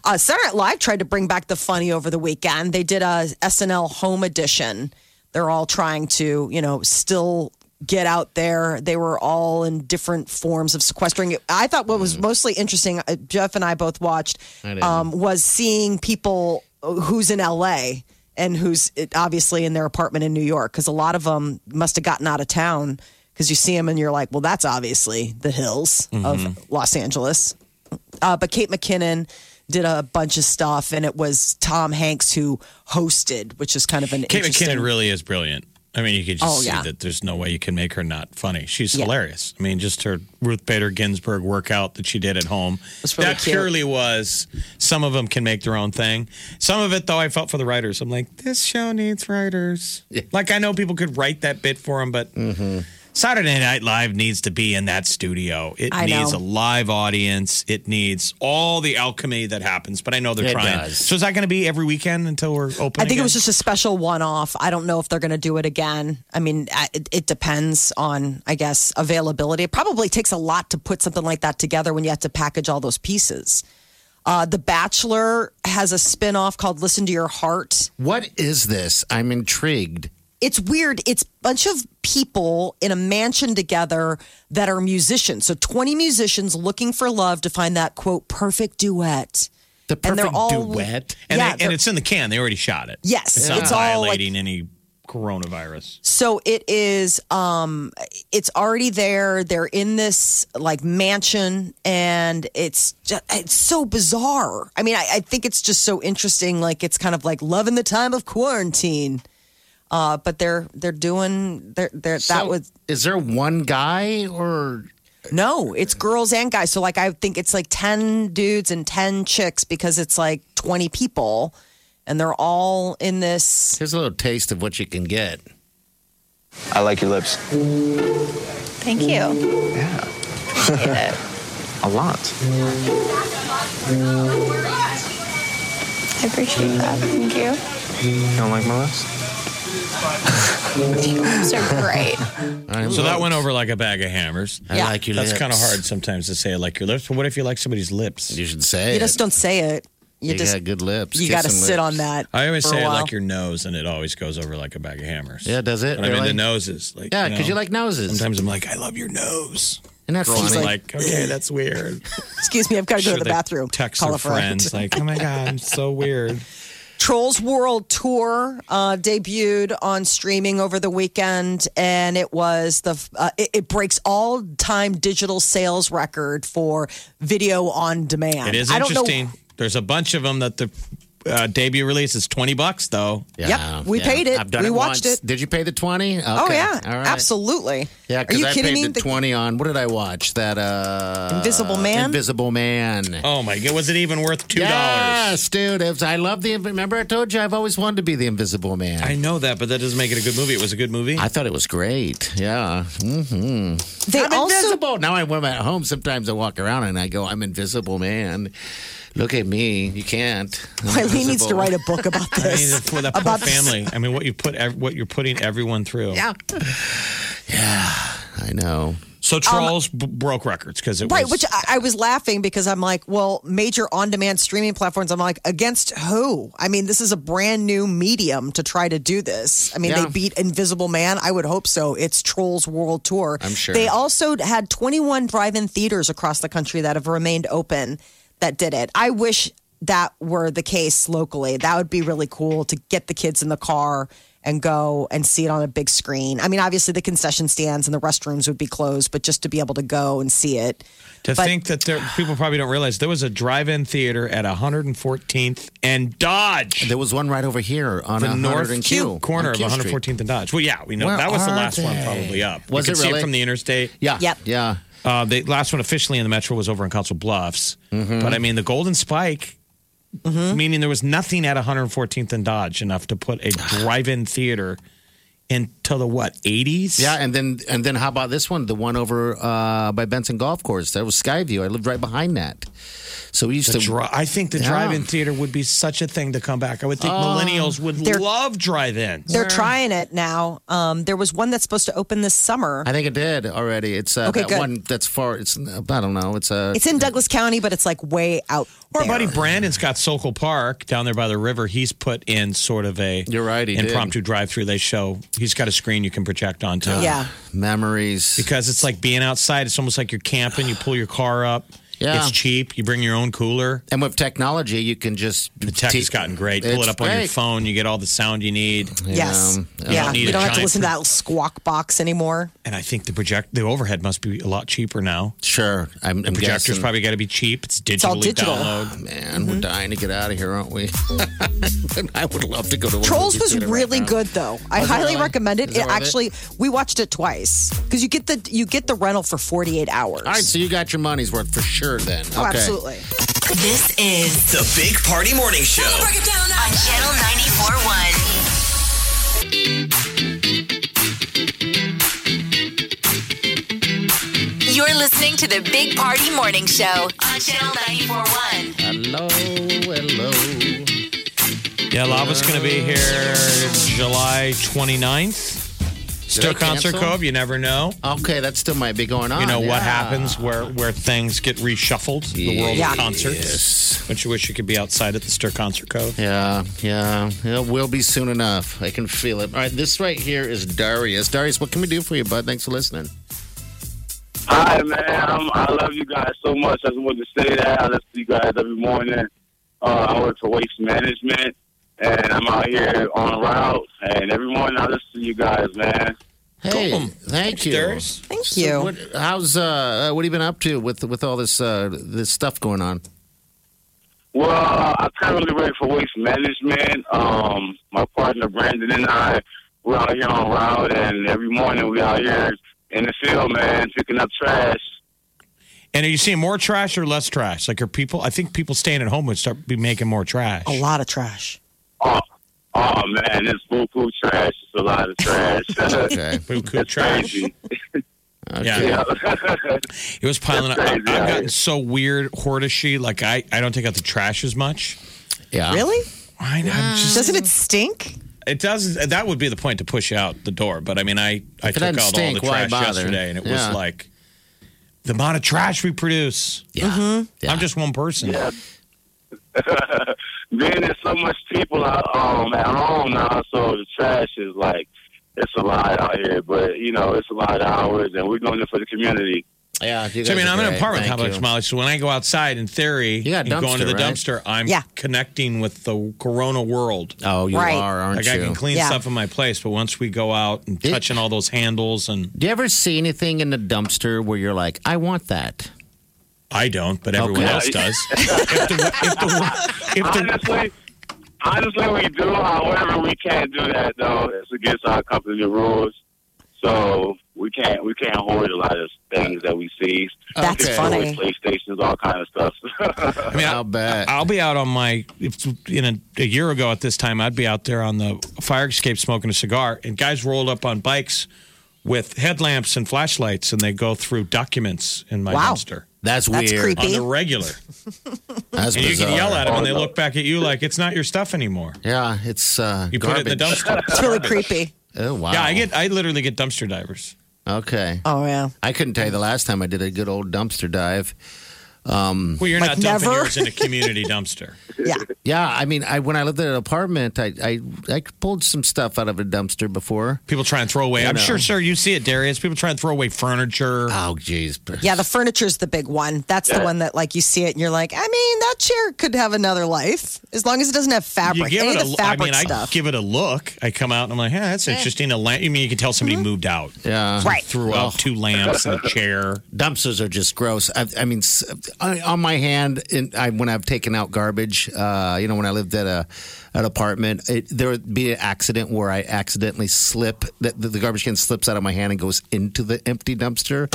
Speaker 5: Uh, Saturday Night Live tried to bring back the funny over the weekend. They did a SNL home edition. They're all trying to, you know, still get out there. They were all in different forms of sequestering. I thought what was mostly interesting, uh, Jeff and I both watched,
Speaker 3: Mm. I didn't.
Speaker 5: um, was seeing people uh, who's in LA and who's uh, obviously in their apartment in New York, because a lot of them must have gotten out of town. Because you see them and you're like, well,
Speaker 3: Mm-hmm.
Speaker 5: that's obviously the hills of Los Angeles uh, but Kate McKinnon did a bunch of stuff, and it was Tom Hanks who hosted, which is kind of an
Speaker 4: Kate
Speaker 5: interesting.
Speaker 4: McKinnon really is brilliant. I mean, you could just
Speaker 5: Oh,
Speaker 4: see
Speaker 5: yeah.
Speaker 4: that there's no way you can make her not funny. She's hilarious. I mean, just her Ruth Bader Ginsburg workout that she did at home.
Speaker 5: That's really
Speaker 4: that
Speaker 5: cute.
Speaker 4: purely was some of them can make their own thing. Some of it, though, I felt for the writers. I'm like, this show needs writers. Like, I know people could write that bit for them, but
Speaker 5: Mm-hmm.
Speaker 4: Saturday Night Live needs to be in that studio. It
Speaker 5: I
Speaker 4: needs
Speaker 5: know.
Speaker 4: a live audience. It needs all the alchemy that happens. But I know they're
Speaker 3: It
Speaker 4: trying.
Speaker 3: does.
Speaker 4: So is that going to be every weekend until we're open?
Speaker 5: I think it
Speaker 4: again?
Speaker 5: was just a special one-off. I don't know if they're going to do it again. I mean, I- it, it depends on, I guess, availability. It probably takes a lot to put something like that together when you have to package all those pieces. Uh, the Bachelor has a spin-off called "Listen to Your Heart."
Speaker 3: What is this? I'm intrigued.
Speaker 5: it's weird. It's a bunch of people in a mansion together that are musicians. So 20 musicians looking for love to find that quote perfect duet.
Speaker 3: The
Speaker 5: And
Speaker 3: perfect
Speaker 5: they're all-
Speaker 3: duet.
Speaker 4: And,
Speaker 5: Yeah,
Speaker 4: they, and
Speaker 5: they're-
Speaker 4: it's in the can. They already shot it.
Speaker 5: Yes,
Speaker 4: It's not
Speaker 5: it's all, like-
Speaker 4: violating any coronavirus.
Speaker 5: So it is um it's already there. They're in this like mansion and it's just, it's so bizarre. I mean, I, I think it's just so interesting, like it's kind of like love in the time of quarantine. Uh, but they're they're doing they're they're that
Speaker 3: So,
Speaker 5: was
Speaker 3: Is there one guy or
Speaker 5: No, it's girls and guys. So like I think it's like 10 dudes and 10 chicks because it's like 20 people and they're all in this
Speaker 3: here's a little taste of what you can get.
Speaker 11: I like your lips.
Speaker 12: Thank you.
Speaker 11: Yeah. a lot.
Speaker 12: I appreciate that. Thank you.
Speaker 11: You don't like my lips?
Speaker 12: Those are great.
Speaker 3: I
Speaker 4: So that went over like a bag of hammers.
Speaker 3: I like your
Speaker 4: That's
Speaker 3: lips.
Speaker 4: kind of hard sometimes to say I like your lips. But what if you like somebody's lips?
Speaker 3: You should say
Speaker 5: you
Speaker 3: it.
Speaker 5: just don't say it. You,
Speaker 3: You
Speaker 5: just
Speaker 3: got good lips.
Speaker 5: you got to
Speaker 3: kissing
Speaker 5: sit on
Speaker 3: lips.
Speaker 5: that.
Speaker 4: I always
Speaker 5: for a
Speaker 4: say I
Speaker 5: while.
Speaker 4: like your nose, and it always goes over like a bag of hammers.
Speaker 3: Yeah, does it?
Speaker 4: But I'm
Speaker 3: Really?
Speaker 4: into noses. Like,
Speaker 3: Yeah,
Speaker 4: you
Speaker 3: because
Speaker 4: know,
Speaker 3: you like noses.
Speaker 4: Sometimes I'm like, I love your nose.
Speaker 3: Isn't that
Speaker 4: Girls
Speaker 3: funny?
Speaker 4: are like, okay, that's weird.
Speaker 5: Excuse me, I've got to go
Speaker 4: Sure,
Speaker 5: to the
Speaker 4: they
Speaker 5: bathroom.
Speaker 4: Text
Speaker 5: Call
Speaker 4: their
Speaker 5: a friend.
Speaker 4: friends like, oh my god, I'm so weird.
Speaker 5: Trolls World Tour uh, debuted on streaming over the weekend, and it was the uh, it, it breaks all time digital sales record for video on demand.
Speaker 4: It is
Speaker 5: I don't know-
Speaker 4: interesting. There's a bunch of them that the uh, debut release is twenty bucks though.
Speaker 5: Yep, we paid it.
Speaker 3: I've done
Speaker 5: We
Speaker 3: it
Speaker 5: watched
Speaker 3: once.
Speaker 5: it.
Speaker 3: Did you pay the twenty?
Speaker 5: Oh yeah,
Speaker 3: All right.
Speaker 5: absolutely.
Speaker 3: Yeah,
Speaker 5: are
Speaker 3: because
Speaker 5: you
Speaker 3: I
Speaker 5: kidding
Speaker 3: paid
Speaker 5: me?
Speaker 3: the twenty on. What did I watch? That uh,
Speaker 5: Invisible Man?
Speaker 3: Invisible Man.
Speaker 4: Oh my god, was it even worth two dollars?
Speaker 3: Yes, dude. It was- I love the. Remember, I told you I've always wanted to be the Invisible Man.
Speaker 4: I
Speaker 3: I,
Speaker 4: know that, but that doesn't make it a good movie. It was a good movie.
Speaker 3: thought it was great. Yeah. Mm-hmm.
Speaker 5: they
Speaker 3: I'm
Speaker 5: also
Speaker 3: invisible. Now I, when I'm at home, sometimes I walk around and I go, "I'm Invisible Man. Look at me. You can't." I'm
Speaker 5: Eileen needs to
Speaker 3: invisible."
Speaker 5: write a book about
Speaker 4: I mean,
Speaker 5: this.
Speaker 4: for that poor
Speaker 5: about
Speaker 4: family. I mean, what you put, ev- what you're putting everyone through.
Speaker 3: Yeah. Yeah, I know.
Speaker 4: So Trolls b- broke records because it
Speaker 5: Right,
Speaker 4: was
Speaker 5: which I, I was laughing because I'm like, well, major on demand streaming platforms. I'm like, against who? I mean, this is a brand new medium to try to do this. I mean,
Speaker 3: Yeah.
Speaker 5: they beat Invisible Man. I would hope so. It's Trolls World Tour.
Speaker 3: I'm sure.
Speaker 5: They also had 21 drive in theaters across the country that have remained open that did it. I wish that were the case locally. That would be really cool to get the kids in the car. And go and see it on a big screen. I mean, obviously the concession stands and the restrooms would be closed, but just to be able to go and see it.
Speaker 4: to
Speaker 5: but-
Speaker 4: think that there, people probably don't realize there was a drive-in theater at 114th and Dodge,
Speaker 3: There was one right over here on
Speaker 4: the
Speaker 3: 100
Speaker 4: north
Speaker 3: and Q, on
Speaker 4: corner of
Speaker 3: Q Street.
Speaker 4: 114th and Dodge. Well, yeah, we know
Speaker 3: Where
Speaker 4: that was the
Speaker 3: are
Speaker 4: last one
Speaker 3: they?
Speaker 4: probably up.
Speaker 3: Was
Speaker 4: you
Speaker 3: it
Speaker 4: could see
Speaker 3: really?
Speaker 4: it from the interstate.
Speaker 3: Yeah.
Speaker 5: Yep.
Speaker 3: Yeah.
Speaker 4: Uh, the last one officially in the metro was over in Council Bluffs,
Speaker 3: Mm-hmm.
Speaker 4: but I mean the Golden Spike, meaning there was nothing at 114th and Dodge enough to put a drive-in theater until the what 80s?
Speaker 3: Yeah, and then and then how about this one? The one over uh, by Benson Golf Course. That was Skyview. I lived right behind that. So we used
Speaker 4: The
Speaker 3: to
Speaker 4: dri- I think the
Speaker 3: Yeah. Oh,
Speaker 4: drive-in theater would be such a thing to come back. I would think millennials would
Speaker 5: They're-
Speaker 4: love drive-ins.
Speaker 5: They're trying it now. Um, there was one that's supposed to open this summer.
Speaker 3: I think it did already. It's uh,
Speaker 5: Okay,
Speaker 3: that
Speaker 5: good.
Speaker 3: one that's far. It's I don't know. It's uh, a.
Speaker 5: It's in Douglas County, but it's like way out.
Speaker 4: Our
Speaker 5: there.
Speaker 4: buddy Brandon's got Sokol Park down there by the river. He's put in sort of a
Speaker 3: You're right, he did.
Speaker 4: impromptu drive-through. They show he's got a screen you can project onto.
Speaker 5: Yeah.
Speaker 3: memories.
Speaker 4: because it's like being outside. It's almost like you're camping. You pull your car up.
Speaker 3: Yeah.
Speaker 4: It's cheap. You bring your own cooler.
Speaker 3: And with technology, you can just
Speaker 4: the tech has gotten great. Pull it
Speaker 3: It's
Speaker 4: up on your
Speaker 3: great.
Speaker 4: phone. You get all the sound you need.
Speaker 5: Yes.
Speaker 3: um, uh,
Speaker 4: You
Speaker 5: yeah.
Speaker 4: don't need
Speaker 5: you
Speaker 4: a
Speaker 5: don't have to
Speaker 4: giant
Speaker 5: listen to that squawk box anymore.
Speaker 4: And I think the project the overhead must be a lot cheaper now.
Speaker 3: Sure, I'm,
Speaker 4: the projector's
Speaker 3: guessing. Ah,
Speaker 4: probably got to be cheap. It's digitally
Speaker 5: It's all digital.
Speaker 4: download.
Speaker 3: Man,
Speaker 5: Mm-hmm.
Speaker 3: we're dying to get out of here, aren't we? I would love to go to one
Speaker 5: Trolls
Speaker 3: movie
Speaker 5: was
Speaker 3: theater right
Speaker 5: really
Speaker 3: now.
Speaker 5: good though. I
Speaker 3: Was it
Speaker 5: highly
Speaker 3: really?
Speaker 5: recommend it.
Speaker 3: Is
Speaker 5: It
Speaker 3: that worth it?
Speaker 5: actually we watched it twice because you get the you get the rental for 48 hours.
Speaker 3: All right, so you got your money's worth for sure then.
Speaker 5: Oh,
Speaker 3: Okay.
Speaker 5: absolutely.
Speaker 2: This is
Speaker 6: The Big Party Morning Show.
Speaker 2: on Channel 94.1. You're listening to the Big Party Morning Show on Channel 94.1.
Speaker 3: Hello, hello.
Speaker 4: Yeah, Lava's going to be here July 29th. Still
Speaker 3: they
Speaker 4: Concert
Speaker 3: cancel?
Speaker 4: Cove. You never know.
Speaker 3: Okay, that still might be going on.
Speaker 4: You know what
Speaker 3: yeah.
Speaker 4: happens where where things get reshuffled. The world
Speaker 5: Yeah.
Speaker 4: of concerts. Don't you wish you could be outside at the Stir Concert Cove?
Speaker 3: Yeah, yeah. It will be soon enough. I can feel it. All right, this right here is Darius. Darius, what can we do for you, bud? Thanks for listening.
Speaker 13: Hi, man. i I love you guys so much. I just wanted to say that. I listen to you guys every morning. Uh, I work for Waste Management, and I'm out here on route. And every morning I listen to you guys, man.
Speaker 3: Hey, thank you. Thank
Speaker 5: you.
Speaker 3: What, how's uh, uh, what have you been up to with with all this uh, this stuff going on?
Speaker 13: Well, uh, I currently work for Waste Management. Um, my partner Brandon and I, we're out here on route, and every morning we out here in the field, man, picking up trash.
Speaker 4: And are you seeing more trash or less trash? Like are people? I think people staying at home would start be making more trash.
Speaker 5: A lot of trash.
Speaker 13: Oh, oh man, it's boo poo trash. It's a lot of trash.
Speaker 3: Okay.
Speaker 4: Boo poo trash.
Speaker 13: Crazy.
Speaker 4: Yeah. It was piling up. I, I've gotten so weird, hoardishy. Like I, I don't take out the trash as much.
Speaker 3: Yeah.
Speaker 5: Really?
Speaker 4: I know. I'm just-
Speaker 5: Doesn't it stink?
Speaker 4: It does. That would be the point to push out the door. But I mean, I, I
Speaker 3: If it
Speaker 4: took out
Speaker 3: doesn't
Speaker 4: all
Speaker 3: stink,
Speaker 4: the
Speaker 3: why
Speaker 4: trash
Speaker 3: bother?
Speaker 4: yesterday, and it
Speaker 3: Yeah.
Speaker 4: was like the amount of trash we produce.
Speaker 3: Yeah.
Speaker 4: I'm just one person.
Speaker 13: Yeah. Man, there's so much people out um, at home now, so the trash is like it's a lot out here. But you know, it's a lot of hours, and we're doing it for the community.
Speaker 3: Yeah. you
Speaker 4: So, I
Speaker 3: guys
Speaker 4: mean,
Speaker 3: are
Speaker 4: I'm in an
Speaker 3: great.
Speaker 4: apartment
Speaker 3: Thank
Speaker 4: complex,
Speaker 3: you.
Speaker 4: Molly. So when I go outside, in theory,
Speaker 3: You got
Speaker 4: and going to
Speaker 3: dumpster,
Speaker 4: the
Speaker 3: right?
Speaker 4: dumpster, I'm
Speaker 5: Yeah.
Speaker 4: connecting with the Corona world.
Speaker 3: Oh, you
Speaker 5: Right.
Speaker 3: are, aren't
Speaker 4: like
Speaker 3: you?
Speaker 4: I can clean
Speaker 5: Yeah.
Speaker 4: stuff in my place, but once we go out and
Speaker 3: It-
Speaker 4: touching all those handles, and
Speaker 3: Do you ever see anything in the dumpster where you're like, I want that?
Speaker 4: I don't, but everyone
Speaker 3: Okay.
Speaker 4: else does. if the, if the, if the,
Speaker 13: Honestly, honestly, we do. However, we can't do that though. It's against our company rules, so we can't we can't hoard a lot of things that we see.
Speaker 5: That's
Speaker 13: We can't
Speaker 5: funny.
Speaker 13: hoard PlayStations, all kind of stuff.
Speaker 4: I mean,
Speaker 3: I'll bet.
Speaker 4: I'll be out on my if, in a, a year ago at this time. I'd be out there on the fire escape smoking a cigar, and guys rolled up on bikes with headlamps and flashlights, and they go through documents in my
Speaker 5: Wow.
Speaker 4: dumpster
Speaker 3: That's weird.
Speaker 5: That's creepy.
Speaker 4: on the regular.
Speaker 3: That's
Speaker 4: and
Speaker 3: bizarre.
Speaker 4: you can yell at them, and they look back at you like it's not your stuff anymore.
Speaker 3: Yeah, it's uh,
Speaker 4: You put it in the
Speaker 3: garbage.
Speaker 4: dumpster.
Speaker 5: It's really creepy.
Speaker 3: Oh wow.
Speaker 4: Yeah, I get. I literally get dumpster divers.
Speaker 3: Okay.
Speaker 5: Oh yeah.
Speaker 3: I couldn't tell you the last time I did a good old dumpster dive. Um,
Speaker 4: Well, you're
Speaker 5: Like
Speaker 4: not dumping
Speaker 5: never?
Speaker 4: yours in a community dumpster.
Speaker 5: Yeah.
Speaker 3: yeah, I mean, I when I lived in an apartment, I, I I pulled some stuff out of a dumpster before.
Speaker 4: People try and throw away. I'm
Speaker 3: know.
Speaker 4: sure, sir. You see it, Darius. People try and throw away furniture.
Speaker 5: Uh,
Speaker 3: Oh, jeez. Bruce.
Speaker 5: Yeah, the furniture's the big one. That's the
Speaker 13: Yeah.
Speaker 5: one that like you see it and you're like, I mean, that chair could have another life as long as it doesn't have fabric. Any of
Speaker 4: a
Speaker 5: the
Speaker 4: l- I
Speaker 5: fabric
Speaker 4: mean,
Speaker 5: stuff. Eh.
Speaker 4: I give it a look. I come out and I'm like, yeah, that's interesting. A lamp. You mean you can tell somebody moved out,
Speaker 3: yeah.
Speaker 5: Mm-hmm. right.
Speaker 4: threw out two lamps and a chair.
Speaker 3: Dumpsters are just gross. I, I mean, s- I- on my hand, in, I, when I've taken out garbage, uh, you know, when I lived at a an apartment, it, there would be an accident where I accidentally slip that the, the garbage can slips out of my hand and goes into the empty dumpster.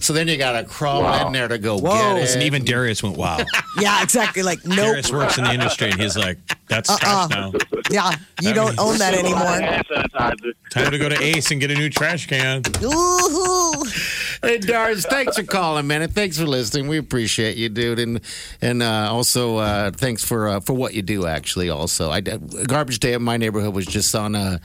Speaker 3: So then you got to crawl in there to go get it.
Speaker 4: And even Darius went, wow.
Speaker 5: Yeah, exactly. Like Oh. nope. Uh-uh.
Speaker 4: Darius works in the industry and he's like, that's trash now.
Speaker 5: Yeah, you
Speaker 4: That
Speaker 5: don't
Speaker 4: means-
Speaker 5: own that
Speaker 13: A lot of
Speaker 5: anymore.
Speaker 13: hand sanitizer.
Speaker 4: Time to go to Ace and get a new trash can.
Speaker 5: Ooh.
Speaker 3: Hey, Doris, thanks for calling, man, and thanks for listening. We appreciate you, dude, and and uh, also uh, thanks for uh, for what you do. Actually, also, I garbage day in my neighborhood was just on uh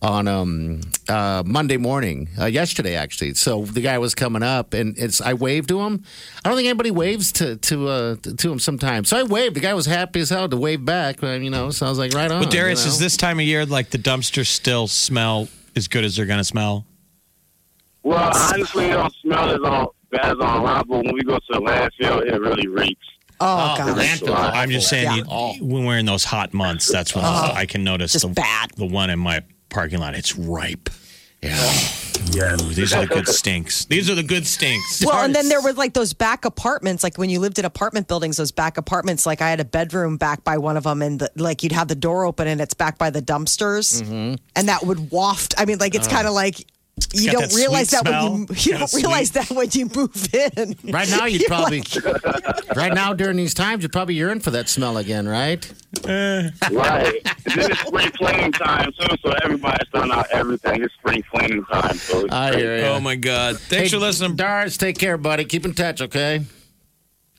Speaker 3: on um, uh, Monday morning uh, yesterday, actually. So the guy was coming up, and it's I waved to him. I don't think anybody waves to to uh, to him sometimes. So I waved. The guy was happy as hell to wave back. uh, You know, so I was like, right on.
Speaker 4: But Darius,
Speaker 3: you know?
Speaker 4: is this time of year like the dumpsters still smell as good as they're going to smell?
Speaker 13: Well, honestly, it don't smell as all bad as on Robble, when we go to the landfill, it really reeks.
Speaker 5: Oh,
Speaker 13: God.
Speaker 4: I'm just saying, you- when we're in those hot months, that's when
Speaker 5: Oh.
Speaker 4: I can notice the, the one in my parking lot. It's ripe. Yeah. Ooh, these are the good stinks. These are the good stinks.
Speaker 5: Well, and then there were like those back apartments, like when you lived in apartment buildings, those back apartments. Like I had a bedroom back by one of them, and the, like you'd have the door open, and it's back by the dumpsters, and that would waft. I mean, like it's
Speaker 3: Oh.
Speaker 5: kind of like you
Speaker 3: Mm-hmm. got
Speaker 5: don't
Speaker 3: that
Speaker 5: realize
Speaker 3: sweet
Speaker 5: that when
Speaker 3: smell.
Speaker 5: you, you
Speaker 3: Kinda
Speaker 5: don't realize that when you move in.
Speaker 3: Right now, you'd
Speaker 5: You're
Speaker 3: probably,
Speaker 5: like-
Speaker 3: right now during these times, you'd probably yearn for that smell again, right?
Speaker 13: Right. And then it's spring cleaning time, too, so everybody's throwing out everything. It's spring cleaning time. So it's
Speaker 3: I hear you.
Speaker 13: Oh,
Speaker 4: my God.
Speaker 3: Thanks for listening. Doris, take care, buddy. Keep in touch, okay?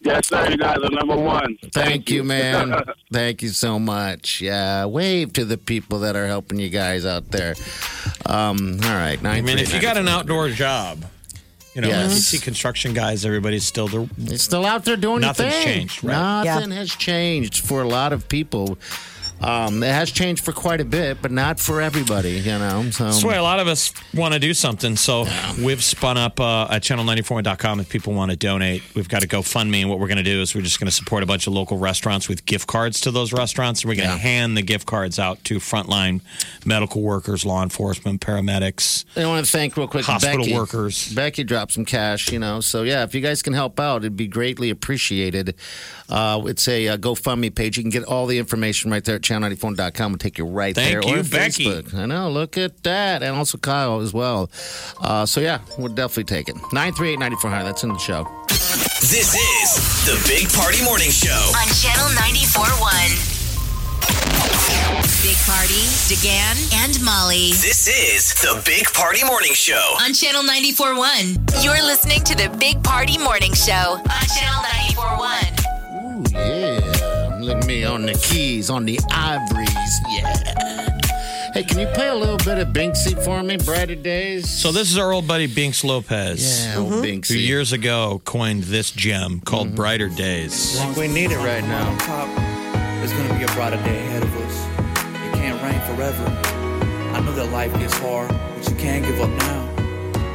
Speaker 13: Yes, sir. You guys are number one.
Speaker 3: Thank you, man. Thank you so much. Yeah, wave to the people that are helping you guys out there. Um, all right.
Speaker 4: I mean, if you got an outdoor job, you know,
Speaker 3: Yes.
Speaker 4: you see construction guys, everybody's still there.
Speaker 3: It's still out there doing your
Speaker 4: Nothing's
Speaker 3: thing.
Speaker 4: changed, right?
Speaker 3: Nothing has changed for a lot of people. Um, it has changed for quite a bit, but not for everybody, you know. So
Speaker 4: That's why a lot of us want to do something. So we've spun up uh, at channel94.com if people want to donate. We've got a GoFundMe. And what we're going to do is we're just going to support a bunch of local restaurants with gift cards to those restaurants. And we're going to hand the gift cards out to frontline medical workers, law enforcement, paramedics.
Speaker 3: I want to thank real quick
Speaker 4: Hospital
Speaker 3: Becky.
Speaker 4: workers.
Speaker 3: Becky dropped some cash, you know. So yeah, if you guys can help out, it'd be greatly appreciated. Uh, it's a uh, GoFundMe page. You can get all the information right there at channel94.com. We'll take you right
Speaker 4: Thank
Speaker 3: there.
Speaker 4: you,
Speaker 3: or
Speaker 4: Becky.
Speaker 3: Facebook. I know. Look at that, and also Kyle as well. Uh, so yeah, we'll definitely take it. Nine three eight ninety four hundred. That's in the show.
Speaker 6: This is the Big Party Morning Show.
Speaker 2: On Channel 94.1. Big Party, DeGan, and Molly.
Speaker 6: This is the Big Party Morning Show.
Speaker 2: On Channel 94.1. You're listening to the Big Party Morning Show. On Channel 94.1.
Speaker 3: Ooh, yeah. Look at me on the keys, on the ivories. Yeah. Hey, can you play a little bit of Binksy for me, Brighter Days?
Speaker 4: So Mm-hmm. this is our old buddy Binks Lopez.
Speaker 3: Yeah, old Mhm. Binksy.
Speaker 4: Who years ago coined this gem called Brighter Days.
Speaker 14: think we need it right now. There's gonna be a brighter day ahead of us. It can't rain forever. I know that life gets hard, but you can't give up now.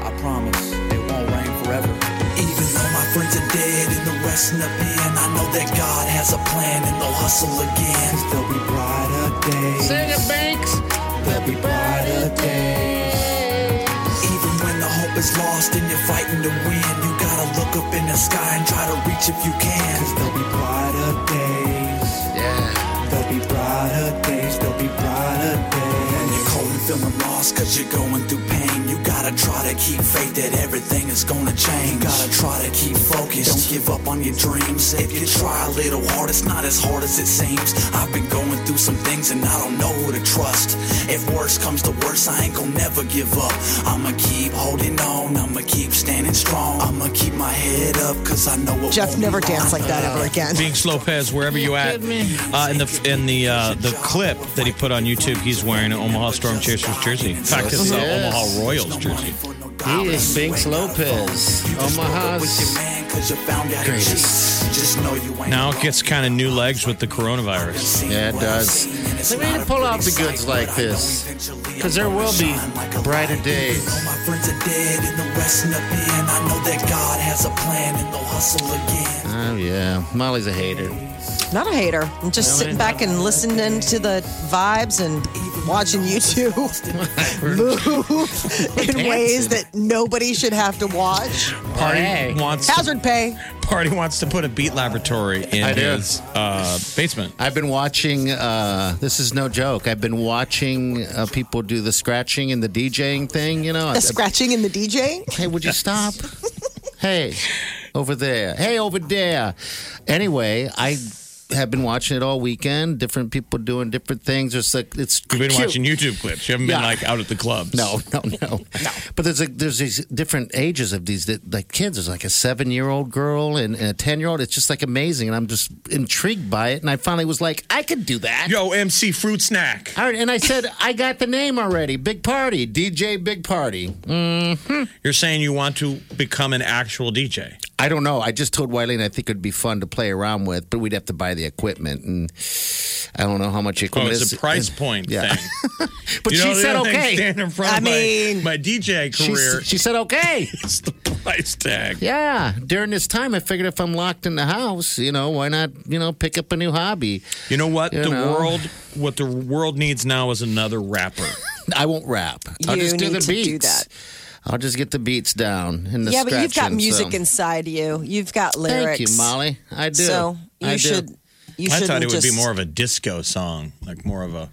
Speaker 14: I promise it won't rain forever.
Speaker 15: Even though my friends are dead in the rest in the pen, I know that God has a plan and they'll hustle again. Cause there'll be brighter days.
Speaker 3: Sing it, Banks.
Speaker 15: There'll be brighter days. Even when the hope is lost and you're fighting to win, you gotta look up in the sky and try to reach if you can. Cause there'll be brighter days.
Speaker 3: Yeah.
Speaker 15: There'll be brighter days, there'll be brighter days. When you're cold and feeling lost cause you're going through pain, you gotta try to keep faith that everything is gonna change. You gotta try to keep focused, don't give up on your dreams. If you try a little hard, it's not as hard as it seems. I've been going through some things and I don't know who to trust. If worse comes to worse, I ain't gonna never give up. I'ma keep holding on, I'ma keep standing strong. I'ma keep my head up cause I know what
Speaker 5: Jeff never danced like that ever again.
Speaker 4: Binks Lopez, wherever you at, uh, in the in the uh, the clip that he put on YouTube, he's wearing an Omaha Stormchasers jersey. In fact, it's an
Speaker 3: Yes.
Speaker 4: Omaha Royals jersey.
Speaker 3: He is Binks Lopez, Omaha's greatest.
Speaker 15: Just know you
Speaker 4: Now it gets kind of new legs with the coronavirus.
Speaker 3: Yeah, it does. So we need to pull out the goods like this, because there will be brighter days.
Speaker 15: My friends are dead in the rest in the pen. I know that God has a plan and they'll hustle again.
Speaker 3: Oh yeah, Molly's a hater.
Speaker 5: Not a hater. I'm just
Speaker 3: Really?
Speaker 5: sitting back and listening to the vibes and watching you two move in ways that nobody should have to watch.
Speaker 4: Party wants to-
Speaker 5: hazard pay.
Speaker 4: Party wants to put a beat laboratory in
Speaker 3: I do.
Speaker 4: his uh, basement.
Speaker 3: I've been watching. Uh, this is no joke. I've been watching uh, people do the scratching and the DJing thing. You know,
Speaker 5: The scratching and the DJ.
Speaker 3: Hey, would you stop? hey, over there. Hey, over there. Anyway, I have been watching it all weekend. Different people doing different things. It's like it's.
Speaker 4: You've been
Speaker 3: cute.
Speaker 4: watching YouTube clips. You haven't been
Speaker 3: Yeah.
Speaker 4: like out at the clubs.
Speaker 3: No, no, no. But there's like there's these different ages of these that like kids. There's like a seven year old girl and, and a ten year old. It's just like amazing, and I'm just intrigued by it. And I finally was like, I could do that.
Speaker 4: Yo, MC Fruit Snack.
Speaker 3: All right, and I said I got the name already. Big Party, DJ Big Party. Mm.
Speaker 4: You're saying you want to become an actual DJ.
Speaker 3: I don't know. I just told Wiley, and I think it'd be fun to play around with, but we'd have to buy the equipment, and I don't know how much
Speaker 4: Oh,
Speaker 3: equipment.
Speaker 4: it's a
Speaker 3: is.
Speaker 4: price point
Speaker 3: Yeah.
Speaker 4: thing.
Speaker 3: But
Speaker 4: You know,
Speaker 3: she
Speaker 4: the
Speaker 3: said
Speaker 4: other thing
Speaker 3: okay.
Speaker 4: Standing in front of my, my DJ
Speaker 3: she,
Speaker 4: career.
Speaker 3: she said okay.
Speaker 4: price tag.
Speaker 3: Yeah. During this time, I figured if I'm locked in the house, you know, why not, you know, pick up a new hobby?
Speaker 4: You know what?
Speaker 3: You
Speaker 4: the
Speaker 3: know.
Speaker 4: world, what the world needs now is another rapper.
Speaker 3: I won't rap. I'll
Speaker 5: You
Speaker 3: just do
Speaker 5: need
Speaker 3: the
Speaker 5: to do
Speaker 3: beats.
Speaker 5: that.
Speaker 3: I'll just get the beats down and the
Speaker 5: yeah, but you've got
Speaker 3: scratching,
Speaker 5: music
Speaker 3: so.
Speaker 5: inside you. You've got lyrics.
Speaker 3: Thank you, Molly. I do.
Speaker 5: So you
Speaker 3: I do.
Speaker 5: should. You
Speaker 4: I
Speaker 5: should
Speaker 4: thought it would be more of a disco song, like more of a.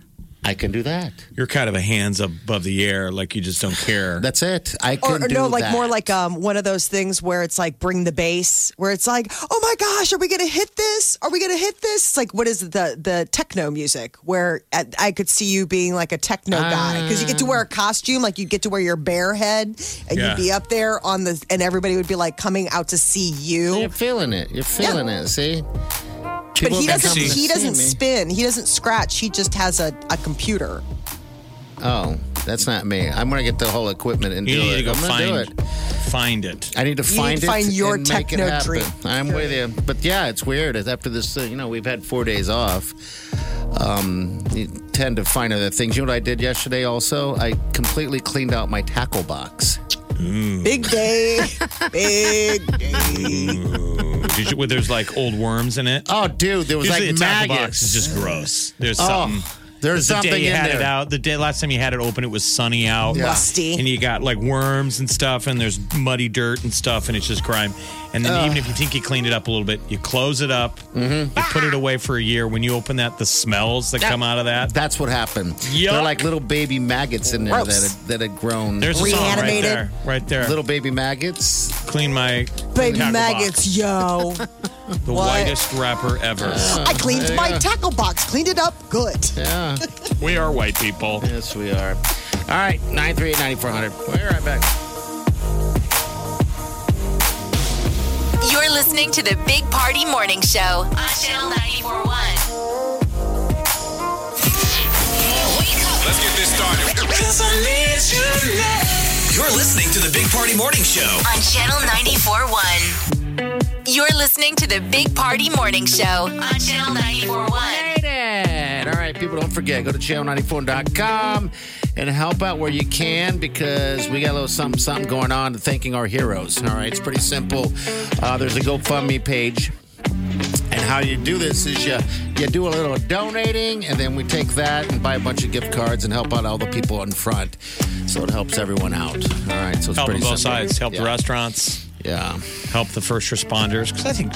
Speaker 3: I can do that.
Speaker 4: You're kind of a hands above the air, like you just don't care.
Speaker 3: That's it. I
Speaker 5: Or, or no, like more like um, one of those things where it's like bring the bass, where it's like, oh my gosh, are we gonna hit this? Are we gonna hit this? It's like what is it, the the techno music? Where I, I could see you being like a techno guy because you get to wear a costume, like you'd get to wear your bear head, and
Speaker 3: Ah. Yeah.
Speaker 5: you'd be up there on the, and everybody would be like coming out to see you.
Speaker 3: You're feeling it. You're feeling it. See?
Speaker 5: But
Speaker 3: People
Speaker 5: he
Speaker 3: can
Speaker 5: doesn't.
Speaker 3: come to
Speaker 5: He
Speaker 3: see
Speaker 5: doesn't
Speaker 3: me.
Speaker 5: spin. He doesn't scratch. He just has a, a computer.
Speaker 3: Oh, that's not me. I'm gonna get the whole equipment and
Speaker 4: You
Speaker 3: do
Speaker 4: need
Speaker 3: it.
Speaker 4: to go
Speaker 3: I'm gonna
Speaker 4: find
Speaker 3: do it.
Speaker 4: find it.
Speaker 3: I need to
Speaker 4: You
Speaker 3: find
Speaker 4: need to
Speaker 3: it.
Speaker 4: find your
Speaker 3: and make it
Speaker 4: techno
Speaker 3: happen.
Speaker 4: dream.
Speaker 3: I'm with you, but yeah, it's weird. It's After this, uh, you know, we've had four days off. Um, you tend to find other things. You know what I did yesterday? Also, I completely cleaned out my tackle box.
Speaker 5: Big day, big
Speaker 4: Did you, well, there's like old worms in it.
Speaker 3: Oh, dude, there was
Speaker 4: Usually
Speaker 3: like
Speaker 4: a tackle box
Speaker 3: maggots.
Speaker 4: is just gross. There's
Speaker 3: Oh,
Speaker 4: something.
Speaker 3: there's
Speaker 4: the
Speaker 3: something
Speaker 4: day you
Speaker 3: in
Speaker 4: had
Speaker 3: there.
Speaker 4: it out. The day last time you had it open, it was sunny out,
Speaker 3: Yeah. Musty.
Speaker 4: and you got like worms and stuff, and there's muddy dirt and stuff, and it's just grime. And then
Speaker 3: Ugh. Mm-hmm.
Speaker 4: even if you think you cleaned it up a little bit, you close it up, you put it away for a year. When you open that, the smells that
Speaker 3: Yeah.
Speaker 4: come out of that.
Speaker 3: That's what happened. They're like little baby maggots in there that
Speaker 4: Gross.
Speaker 3: had, that had grown.
Speaker 4: There's a song right there, right there.
Speaker 3: Little baby maggots.
Speaker 4: Clean my
Speaker 5: baby
Speaker 4: tackle
Speaker 5: maggots, yo.
Speaker 4: box. The
Speaker 5: What?
Speaker 4: whitest rapper ever.
Speaker 5: I cleaned my tackle box, cleaned it up good.
Speaker 3: Yeah.
Speaker 4: We are white people.
Speaker 3: Yes, we are. All right, 938 9400. We'll be right back.
Speaker 2: You're listening to the Big Party Morning Show on Channel 941.
Speaker 6: Let's get this started. You're listening to the Big Party Morning Show.
Speaker 2: On Channel 941. You're listening to the Big Party Morning Show on Channel 941.
Speaker 3: And all right, people, don't forget, go to channel94.com and help out where you can because we got a little something, something going on and thanking our heroes. All right, it's pretty simple. Uh, there's a GoFundMe page. And how you do this is you you do a little donating, and then we take that and buy a bunch of gift cards and help out all the people in front. So it helps everyone out. All right, so it's
Speaker 4: help on
Speaker 3: pretty
Speaker 4: both
Speaker 3: simple.
Speaker 4: sides. Help
Speaker 3: Yeah.
Speaker 4: the restaurants.
Speaker 3: Yeah.
Speaker 4: Help the first responders because I think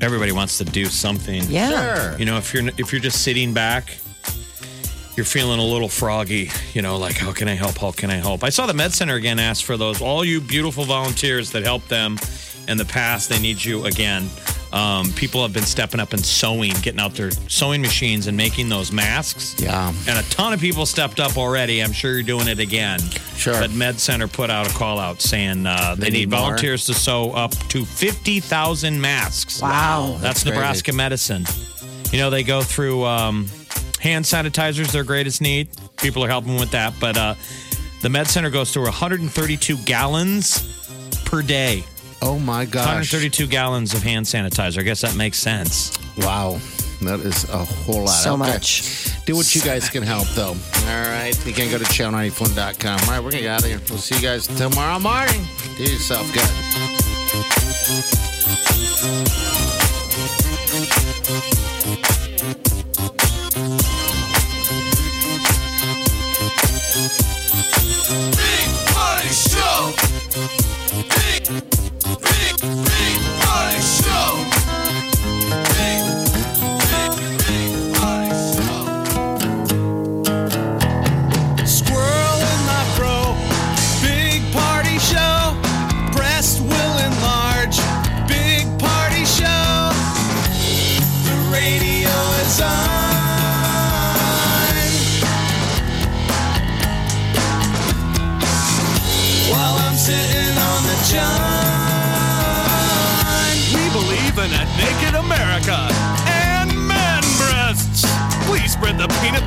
Speaker 4: everybody wants to do something.
Speaker 5: Yeah. Sure.
Speaker 4: You know, if you're if you're just sitting back, you're feeling a little froggy. You know, like how can I help? How can I help? I saw the Med Center again ask for those. All you beautiful volunteers that helped them in the past, they need you again. Um, people have been stepping up and sewing, getting out their sewing machines and making those masks.
Speaker 3: Yeah.
Speaker 4: And a ton of people stepped up already. I'm sure you're doing it again. Sure. But Med Center put out a call out saying uh, they,
Speaker 3: They
Speaker 4: need,
Speaker 3: need more.
Speaker 4: volunteers to sew up to 50,000 masks.
Speaker 5: Wow.
Speaker 4: That's,
Speaker 3: That's
Speaker 4: Nebraska medicine. You know, they go through um, hand sanitizers, their greatest need. People are helping with that. But uh, the Med Center goes through 132 gallons per day.
Speaker 3: Oh my gosh.
Speaker 4: 132 gallons of hand sanitizer. I guess that makes sense.
Speaker 3: Wow. That is a whole lot.
Speaker 4: So
Speaker 3: much. Do what you guys can help, though. All right. You can go to channel94.com. All right, we're going to get out of here. We'll see you guys tomorrow morning. Do yourself good.
Speaker 6: Big Party Show. Big, big, big Party Show. Big, big, big Party Show. Squirrel in my bro. Big Party Show. Breast will enlarge. Big Party Show. The radio is on. while I'm sitting on the john. We believe in a naked America and man breasts. Please spread the peanut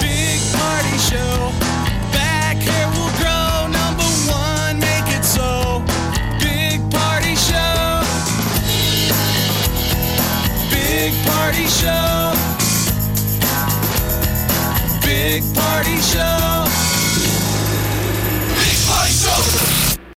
Speaker 6: Big party show. Back hair will grow. Number one, make it so. Big party show. Big party show. Big party show.